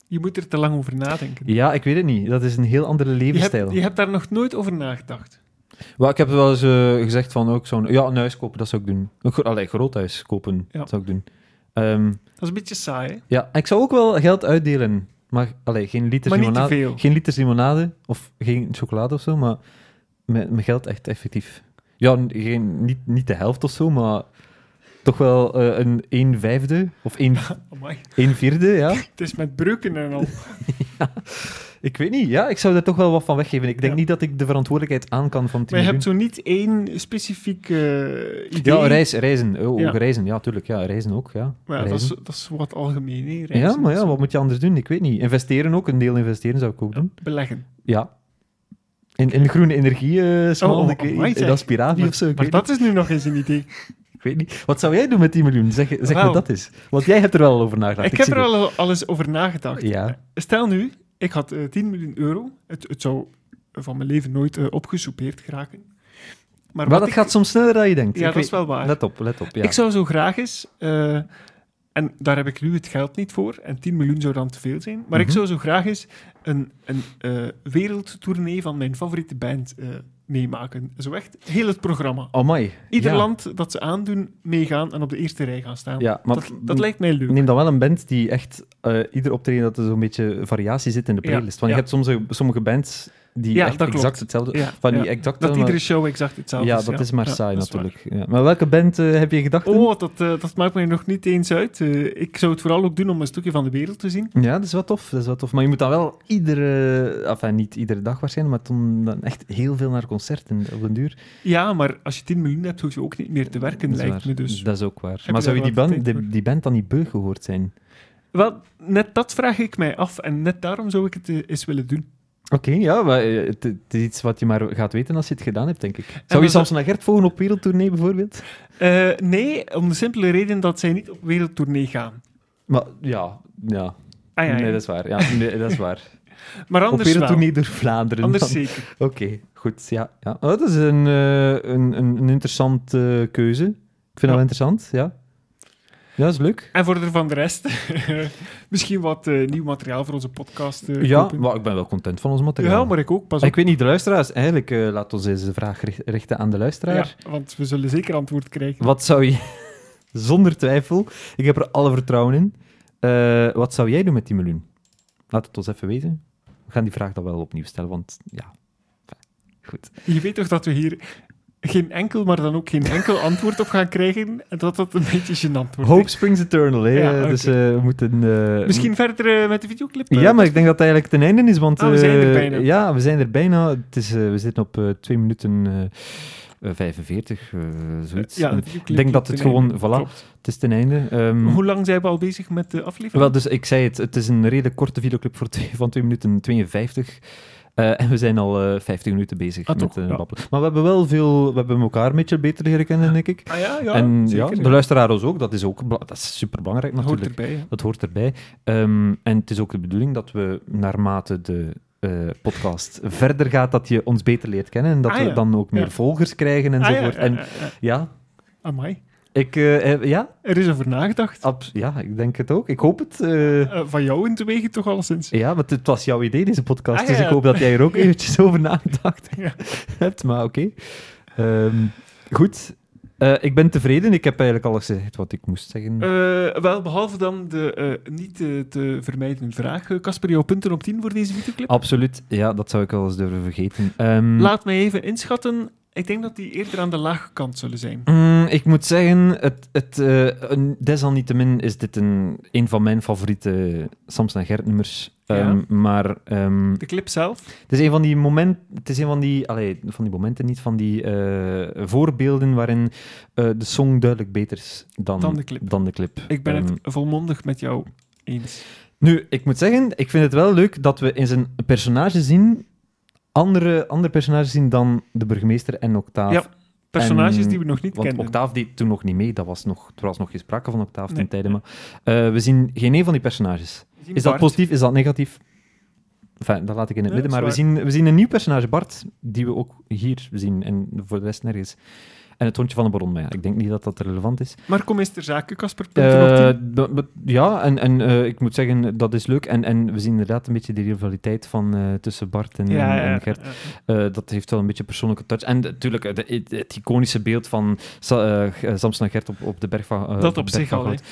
Speaker 1: Je moet er te lang over nadenken.
Speaker 2: ja, ik weet het niet. Dat is een heel andere
Speaker 1: Je
Speaker 2: levensstijl.
Speaker 1: hebt, je hebt daar nog nooit over nagedacht.
Speaker 2: Wel, ik heb wel eens eh, gezegd van ook zo'n. Ja, een huis kopen, dat zou ik doen. Een gro- allee, groot huis kopen,
Speaker 1: Ja.
Speaker 2: dat zou ik doen. Ehm,
Speaker 1: Dat is een beetje saai, hè?
Speaker 2: ja, ik zou ook wel geld uitdelen. Maar allee, geen liters
Speaker 1: maar niet te
Speaker 2: limonade.
Speaker 1: veel.
Speaker 2: Geen liters limonade of geen chocolade of zo, maar mijn, mijn geld echt effectief. Ja, n- geen, niet, niet de helft of zo, maar toch wel eh, een 1 vijfde of 1,
Speaker 1: Amai,
Speaker 2: 1 vierde, ja.
Speaker 1: het is met breuken en al.
Speaker 2: Ik weet niet, ja, ik zou daar toch wel wat van weggeven. Ik denk
Speaker 1: Ja.
Speaker 2: niet dat ik de verantwoordelijkheid aan kan van 10
Speaker 1: Maar je hebt
Speaker 2: miljoen.
Speaker 1: zo niet één specifiek eh, idee.
Speaker 2: Ja, reis, reizen, eh, ook
Speaker 1: Ja.
Speaker 2: reizen, ja, tuurlijk, ja, reizen ook, ja.
Speaker 1: Maar ja, dat,
Speaker 2: Reizen.
Speaker 1: is, dat is wat algemeen, hè,
Speaker 2: ja,
Speaker 1: reizen.
Speaker 2: maar ja, wat moet je anders doen? Ik weet niet. Investeren ook, een deel investeren zou ik ook doen.
Speaker 1: Beleggen.
Speaker 2: Ja. In, in groene energie, eh Smal,
Speaker 1: Oh, oh,
Speaker 2: ik weet
Speaker 1: amai,
Speaker 2: niet, in
Speaker 1: zeg.
Speaker 2: Aspiravi
Speaker 1: Maar-
Speaker 2: of zo. Ik
Speaker 1: Maar
Speaker 2: weet
Speaker 1: dat is nu nog eens een idee.
Speaker 2: Ik weet niet. Wat zou jij doen met 10 miljoen? Zeg, zeg me
Speaker 1: Wel.
Speaker 2: dat eens. Want jij hebt er wel over nagedacht.
Speaker 1: ik heb
Speaker 2: zie
Speaker 1: er
Speaker 2: het.
Speaker 1: al, al eens over nagedacht.
Speaker 2: Ja.
Speaker 1: Stel nu, ik had eh, 10 miljoen euro. Het, het zou van mijn leven nooit eh, opgesoupeerd geraken. Maar
Speaker 2: Maar
Speaker 1: wat
Speaker 2: dat
Speaker 1: ik-
Speaker 2: gaat soms sneller dan je denkt.
Speaker 1: Ja,
Speaker 2: Ik
Speaker 1: dat is
Speaker 2: weet-
Speaker 1: wel waar.
Speaker 2: Let op, let op. Ja.
Speaker 1: Ik zou zo graag eens, eh, en daar heb ik nu het geld niet voor, en 10 miljoen zou dan te veel zijn, maar ik
Speaker 2: Mhm.
Speaker 1: zou zo graag eens een, een eh, wereldtournee van mijn favoriete band eh, meemaken. Zo echt, heel het programma.
Speaker 2: Oh, mooi.
Speaker 1: Ieder
Speaker 2: ja.
Speaker 1: land dat ze aandoen, meegaan en op de eerste rij gaan staan.
Speaker 2: Ja, maar
Speaker 1: dat, dat lijkt mij leuk.
Speaker 2: Neem dan wel een band die echt eh, ieder optreden dat er zo'n beetje variatie zit in de
Speaker 1: Ja,
Speaker 2: playlist. Want
Speaker 1: ja.
Speaker 2: je hebt soms eh, sommige bands die
Speaker 1: Ja,
Speaker 2: echt
Speaker 1: dat klopt.
Speaker 2: exact hetzelfde.
Speaker 1: Ja,
Speaker 2: Van die
Speaker 1: ja.
Speaker 2: exact
Speaker 1: Dat
Speaker 2: maar-
Speaker 1: iedere show exact hetzelfde
Speaker 2: Ja,
Speaker 1: is.
Speaker 2: dat is maar
Speaker 1: Ja,
Speaker 2: saai
Speaker 1: dat is waar.
Speaker 2: natuurlijk. Ja. Maar welke band eh, heb je gedacht? aan?
Speaker 1: Oh, dat, eh, dat maakt mij nog niet eens uit. Eh, ik zou het vooral ook doen om een stukje van de wereld te zien.
Speaker 2: Ja, dat is wel tof. Dat is wel tof. Maar je moet dan wel iedere, enfin niet iedere dag waarschijnlijk, maar dan, dan echt heel veel naar concerten op den duur.
Speaker 1: Ja, maar als je 10 miljoen hebt, hoef je ook niet meer te werken,
Speaker 2: Dat is
Speaker 1: lijkt
Speaker 2: waar.
Speaker 1: me dus.
Speaker 2: Dat is ook waar.
Speaker 1: je
Speaker 2: maar zou je
Speaker 1: daar
Speaker 2: die
Speaker 1: wel
Speaker 2: band,
Speaker 1: tijd
Speaker 2: die,
Speaker 1: voor?
Speaker 2: die band dan niet beu gehoord zijn?
Speaker 1: Wel, net dat vraag ik mij af. En net daarom zou ik het eh, eens willen doen.
Speaker 2: Oké, ja, maar eh, het, het is iets wat je maar gaat weten als je het gedaan hebt, denk ik. Zou je
Speaker 1: dan
Speaker 2: zelfs naar Gert volgen op wereldtournee bijvoorbeeld?
Speaker 1: Eh, nee, om de simpele reden dat zij niet op wereldtournee gaan.
Speaker 2: Maar ja, ja.
Speaker 1: Ah, ja, ja.
Speaker 2: Nee, dat is waar. Ja, nee, dat is waar.
Speaker 1: Maar
Speaker 2: op
Speaker 1: anders wel.
Speaker 2: wereldtournee door Vlaanderen.
Speaker 1: Anders
Speaker 2: dan.
Speaker 1: zeker.
Speaker 2: Oké, goed. Ja, ja. Oh, dat is een, eh, een, een, een interessante keuze. Ik vind dat wel
Speaker 1: Ja.
Speaker 2: interessant, ja. Ja, dat is leuk.
Speaker 1: En voor de van de rest, misschien wat eh, nieuw materiaal voor onze podcast. eh,
Speaker 2: Ja,
Speaker 1: kopen.
Speaker 2: maar ik ben wel content van ons materiaal.
Speaker 1: ja, maar ik ook. Pas op.
Speaker 2: Ik weet niet, de luisteraars, eigenlijk, eh laat ons deze vraag richt- richten aan de luisteraar.
Speaker 1: Ja, want we zullen zeker antwoord krijgen.
Speaker 2: Wat zou je... Zonder twijfel, ik heb er alle vertrouwen in. Eh, wat zou jij doen met 10 miljoen? Laat het ons even weten. We gaan die vraag dan wel opnieuw stellen, want ja... enfin, Goed.
Speaker 1: Je weet toch dat we hier geen enkel, maar dan ook geen enkel antwoord op gaan krijgen. En dat dat een beetje gênant wordt.
Speaker 2: Hope springs eternal, hè.
Speaker 1: Ja,
Speaker 2: Eh, Dus eh,
Speaker 1: oké.
Speaker 2: we moeten... eh,
Speaker 1: Misschien verder eh, met de videoclip. eh,
Speaker 2: Ja, maar ik denk dat het eigenlijk ten einde is, want...
Speaker 1: Ah, we zijn er
Speaker 2: eh,
Speaker 1: bijna.
Speaker 2: Ja, we zijn er bijna. Het is, eh, we zitten op eh 2 minuten eh, eh, 45, eh, zoiets.
Speaker 1: Ja, de
Speaker 2: En
Speaker 1: videoclip
Speaker 2: ik denk dat
Speaker 1: loopt
Speaker 2: het
Speaker 1: ten
Speaker 2: gewoon...
Speaker 1: einde.
Speaker 2: Voilà,
Speaker 1: Klopt.
Speaker 2: het is ten einde. Ehm,
Speaker 1: Hoe lang zijn we al bezig met de aflevering?
Speaker 2: Wel, dus ik zei het, het is een redelijk korte videoclip voor twee, van 2 minuten 52. Eh, en we zijn al eh 50 minuten bezig
Speaker 1: Ah,
Speaker 2: met
Speaker 1: toch,
Speaker 2: eh,
Speaker 1: ja.
Speaker 2: babbelen. Maar we hebben wel veel, we hebben elkaar een beetje beter leren kennen, denk ik.
Speaker 1: Ah ja, ja.
Speaker 2: en
Speaker 1: zeker,
Speaker 2: ja, de luisteraar ons ook, dat is ook bela- dat is superbelangrijk
Speaker 1: Dat
Speaker 2: natuurlijk.
Speaker 1: hoort erbij. ja.
Speaker 2: Dat hoort erbij. Ehm, en het is ook de bedoeling dat we naarmate de eh, podcast verder gaat, dat je ons beter leert kennen en dat
Speaker 1: Ah,
Speaker 2: we
Speaker 1: ja. Ah,
Speaker 2: dan ook meer
Speaker 1: Ja.
Speaker 2: volgers krijgen enzovoort.
Speaker 1: Ah, ja, ja, ja, ja.
Speaker 2: En ja,
Speaker 1: Amai.
Speaker 2: Ik, eh, eh, ja,
Speaker 1: Er is over nagedacht.
Speaker 2: ab- ja, ik denk het ook. Ik hoop het. eh.
Speaker 1: Eh, van jou in te wegen toch alleszins.
Speaker 2: ja, want het was jouw idee, deze podcast.
Speaker 1: Ah, ja,
Speaker 2: Dus ik
Speaker 1: ja.
Speaker 2: hoop dat jij er ook eventjes over nagedacht
Speaker 1: Ja.
Speaker 2: hebt. Maar oké. Ehm, goed. Eh, ik ben tevreden. Ik heb eigenlijk alles gezegd wat ik moest zeggen.
Speaker 1: Eh, wel, behalve dan de eh, niet eh, te vermijden vraag. Eh, Casper, jouw punten op 10 voor deze videoclip?
Speaker 2: Absoluut. Ja, dat zou ik wel eens durven vergeten. Ehm,
Speaker 1: Laat mij even inschatten. Ik denk dat die eerder aan de lage kant zullen zijn.
Speaker 2: Mm, ik moet zeggen, het, het, eh, een- desalniettemin is dit een, een van mijn favoriete Samson en Gert nummers. Ehm, Maar ehm,
Speaker 1: De clip zelf.
Speaker 2: het is een van die momenten, het is een van die, allee, van die momenten niet, van die eh, voorbeelden waarin eh, de song duidelijk beter is dan,
Speaker 1: Dan de clip.
Speaker 2: dan de clip.
Speaker 1: Ik ben
Speaker 2: Ehm,
Speaker 1: het volmondig met jou eens.
Speaker 2: nu, ik moet zeggen, ik vind het wel leuk dat we in zijn personage zien, andere, andere personages zien dan de burgemeester en Octaaf.
Speaker 1: Ja, Personages
Speaker 2: en-
Speaker 1: die we nog niet
Speaker 2: Want
Speaker 1: kennen.
Speaker 2: Octaaf deed toen nog niet mee. Dat was nog, er was nog geen sprake van Octaaf
Speaker 1: Nee.
Speaker 2: ten tijde. Maar, eh, we zien geen een van die personages.
Speaker 1: Zien
Speaker 2: Is dat
Speaker 1: Bart.
Speaker 2: positief? Is dat negatief? Enfin, dat laat ik in het
Speaker 1: Nee,
Speaker 2: midden. Maar we
Speaker 1: dat is
Speaker 2: zien, we zien een nieuw personage, Bart, die we ook hier zien en voor de rest nergens. En het hondje van de baron, maar ja, ik denk niet dat dat relevant is.
Speaker 1: Maar kom eens ter zake, Casper. Punten op 10.
Speaker 2: Eh, dat- dat- ja, en, en eh, ik moet zeggen, dat is leuk. En, en we zien inderdaad een beetje de rivaliteit van, eh, tussen Bart en,
Speaker 1: Ja,
Speaker 2: en-
Speaker 1: ja,
Speaker 2: en Gert.
Speaker 1: ja.
Speaker 2: Eh, dat heeft wel een beetje persoonlijke touch. En natuurlijk eh, de- het, het iconische beeld van Sa eh, eh, Samson en Gert op, op de berg van eh,
Speaker 1: Dat
Speaker 2: de
Speaker 1: op
Speaker 2: berg
Speaker 1: zich
Speaker 2: van
Speaker 1: al,
Speaker 2: Goud.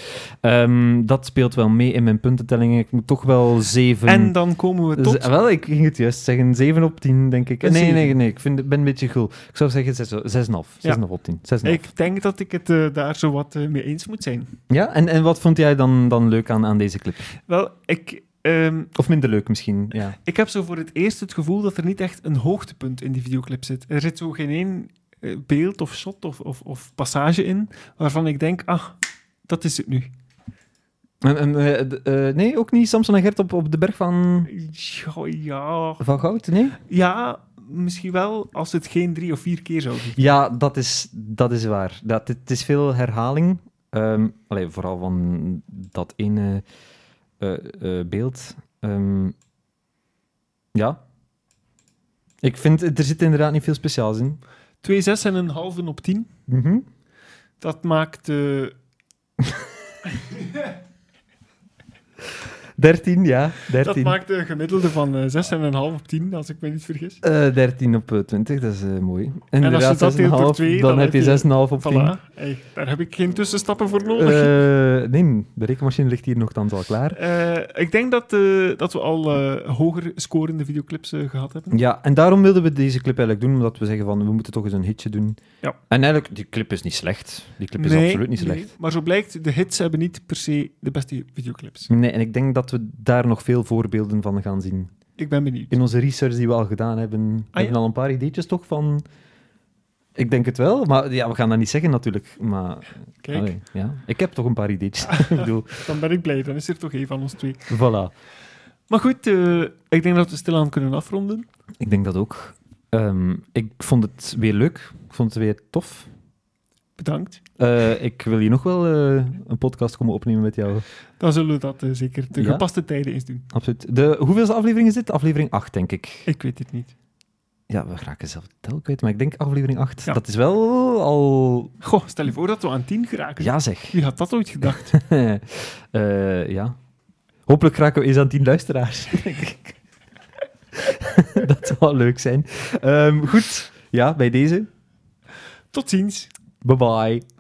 Speaker 2: Ehm, dat speelt wel mee in mijn puntentellingen. Ik moet toch wel zeven...
Speaker 1: En dan komen we tot...
Speaker 2: Z- wel, ik ging het juist zeggen. 7 op 10, denk ik. Eh,
Speaker 1: Een
Speaker 2: Nee, nee, nee,
Speaker 1: zeven.
Speaker 2: Ik vind, ben een beetje gul. Ik zou zeggen eh, 6,5. 6,5
Speaker 1: Ja.
Speaker 2: op 10. 6,5.
Speaker 1: Ik denk dat ik het eh, daar zo wat eh, mee eens moet zijn.
Speaker 2: Ja, en, en wat vond jij dan, dan leuk aan, aan deze clip?
Speaker 1: Wel, ik, ehm,
Speaker 2: Of minder leuk misschien, ja.
Speaker 1: ik heb zo voor het eerst het gevoel dat er niet echt een hoogtepunt in die videoclip zit. Er zit zo geen één eh, beeld of shot of, of, of passage in waarvan ik denk, ah, dat is het nu.
Speaker 2: En, en, eh, d- eh, nee, ook niet Samson en Gert op, op de berg van,
Speaker 1: Ja, ja,
Speaker 2: van Goud? Nee?
Speaker 1: ja, misschien wel als het geen drie of vier keer zou doen.
Speaker 2: Ja, dat is, dat is waar. Dat, het is veel herhaling. Ehm, allee, vooral van dat ene eh, eh, beeld. Ehm, ja. Ik vind, er zit inderdaad niet veel speciaals in.
Speaker 1: Twee zes en een halve op tien,
Speaker 2: Mhm.
Speaker 1: dat maakt... eh,
Speaker 2: 13, ja. 13.
Speaker 1: dat maakt een gemiddelde van eh, zes en een half op 10, als ik me niet vergis.
Speaker 2: Eh, 13 op eh, 20, dat is eh, mooi.
Speaker 1: je dat
Speaker 2: Inderdaad,
Speaker 1: deelt
Speaker 2: 6,5,
Speaker 1: door
Speaker 2: dan,
Speaker 1: twee,
Speaker 2: dan heb je 6,5 op 10.
Speaker 1: Voilà, Hey, daar heb ik geen tussenstappen voor nodig.
Speaker 2: Eh, nee, de rekenmachine ligt hier nogthans al klaar.
Speaker 1: Eh, ik denk dat, eh, dat we al eh, hoger scorende videoclips eh, gehad hebben.
Speaker 2: Ja, en daarom wilden we deze clip eigenlijk doen, omdat we zeggen van we moeten toch eens een hitje doen.
Speaker 1: Ja.
Speaker 2: En eigenlijk, die clip is niet slecht. Die clip is
Speaker 1: Nee,
Speaker 2: absoluut niet
Speaker 1: nee.
Speaker 2: slecht.
Speaker 1: Maar zo blijkt, de hits hebben niet per se de beste videoclips.
Speaker 2: Nee, en ik denk dat we daar nog veel voorbeelden van gaan zien.
Speaker 1: Ik ben benieuwd.
Speaker 2: In onze research die we al gedaan hebben, hebben
Speaker 1: Ah, ja?
Speaker 2: al een paar ideetjes toch van. Ik denk het wel, maar ja, we gaan dat niet zeggen natuurlijk. Maar
Speaker 1: Kijk,
Speaker 2: allee, ja. ik heb toch een paar ideetjes. ik bedoel,
Speaker 1: dan ben ik blij. Dan is er toch één van ons twee.
Speaker 2: voilà.
Speaker 1: Maar goed, eh, ik denk dat we stilaan kunnen afronden.
Speaker 2: Ik denk dat ook. Ehm, ik vond het weer leuk. Ik vond het weer tof.
Speaker 1: Bedankt.
Speaker 2: Eh, ik wil hier nog wel eh, een podcast komen opnemen met jou.
Speaker 1: Dan zullen we dat eh, zeker de
Speaker 2: Ja?
Speaker 1: gepaste tijden eens doen.
Speaker 2: Absoluut. De, hoeveelste aflevering is dit? Aflevering 8, denk ik.
Speaker 1: Ik weet het niet.
Speaker 2: Ja, we raken zelf de tel kwijt, maar ik denk aflevering 8.
Speaker 1: Ja.
Speaker 2: Dat is wel al...
Speaker 1: Goh, stel je voor dat we aan tien geraken.
Speaker 2: Ja, zeg.
Speaker 1: Wie had dat ooit gedacht?
Speaker 2: Eh, ja. Hopelijk raken we eens aan 10 luisteraars. denk ik. dat zou wel leuk zijn. Ehm, goed. Ja, bij deze.
Speaker 1: Tot ziens.
Speaker 2: Bye-bye.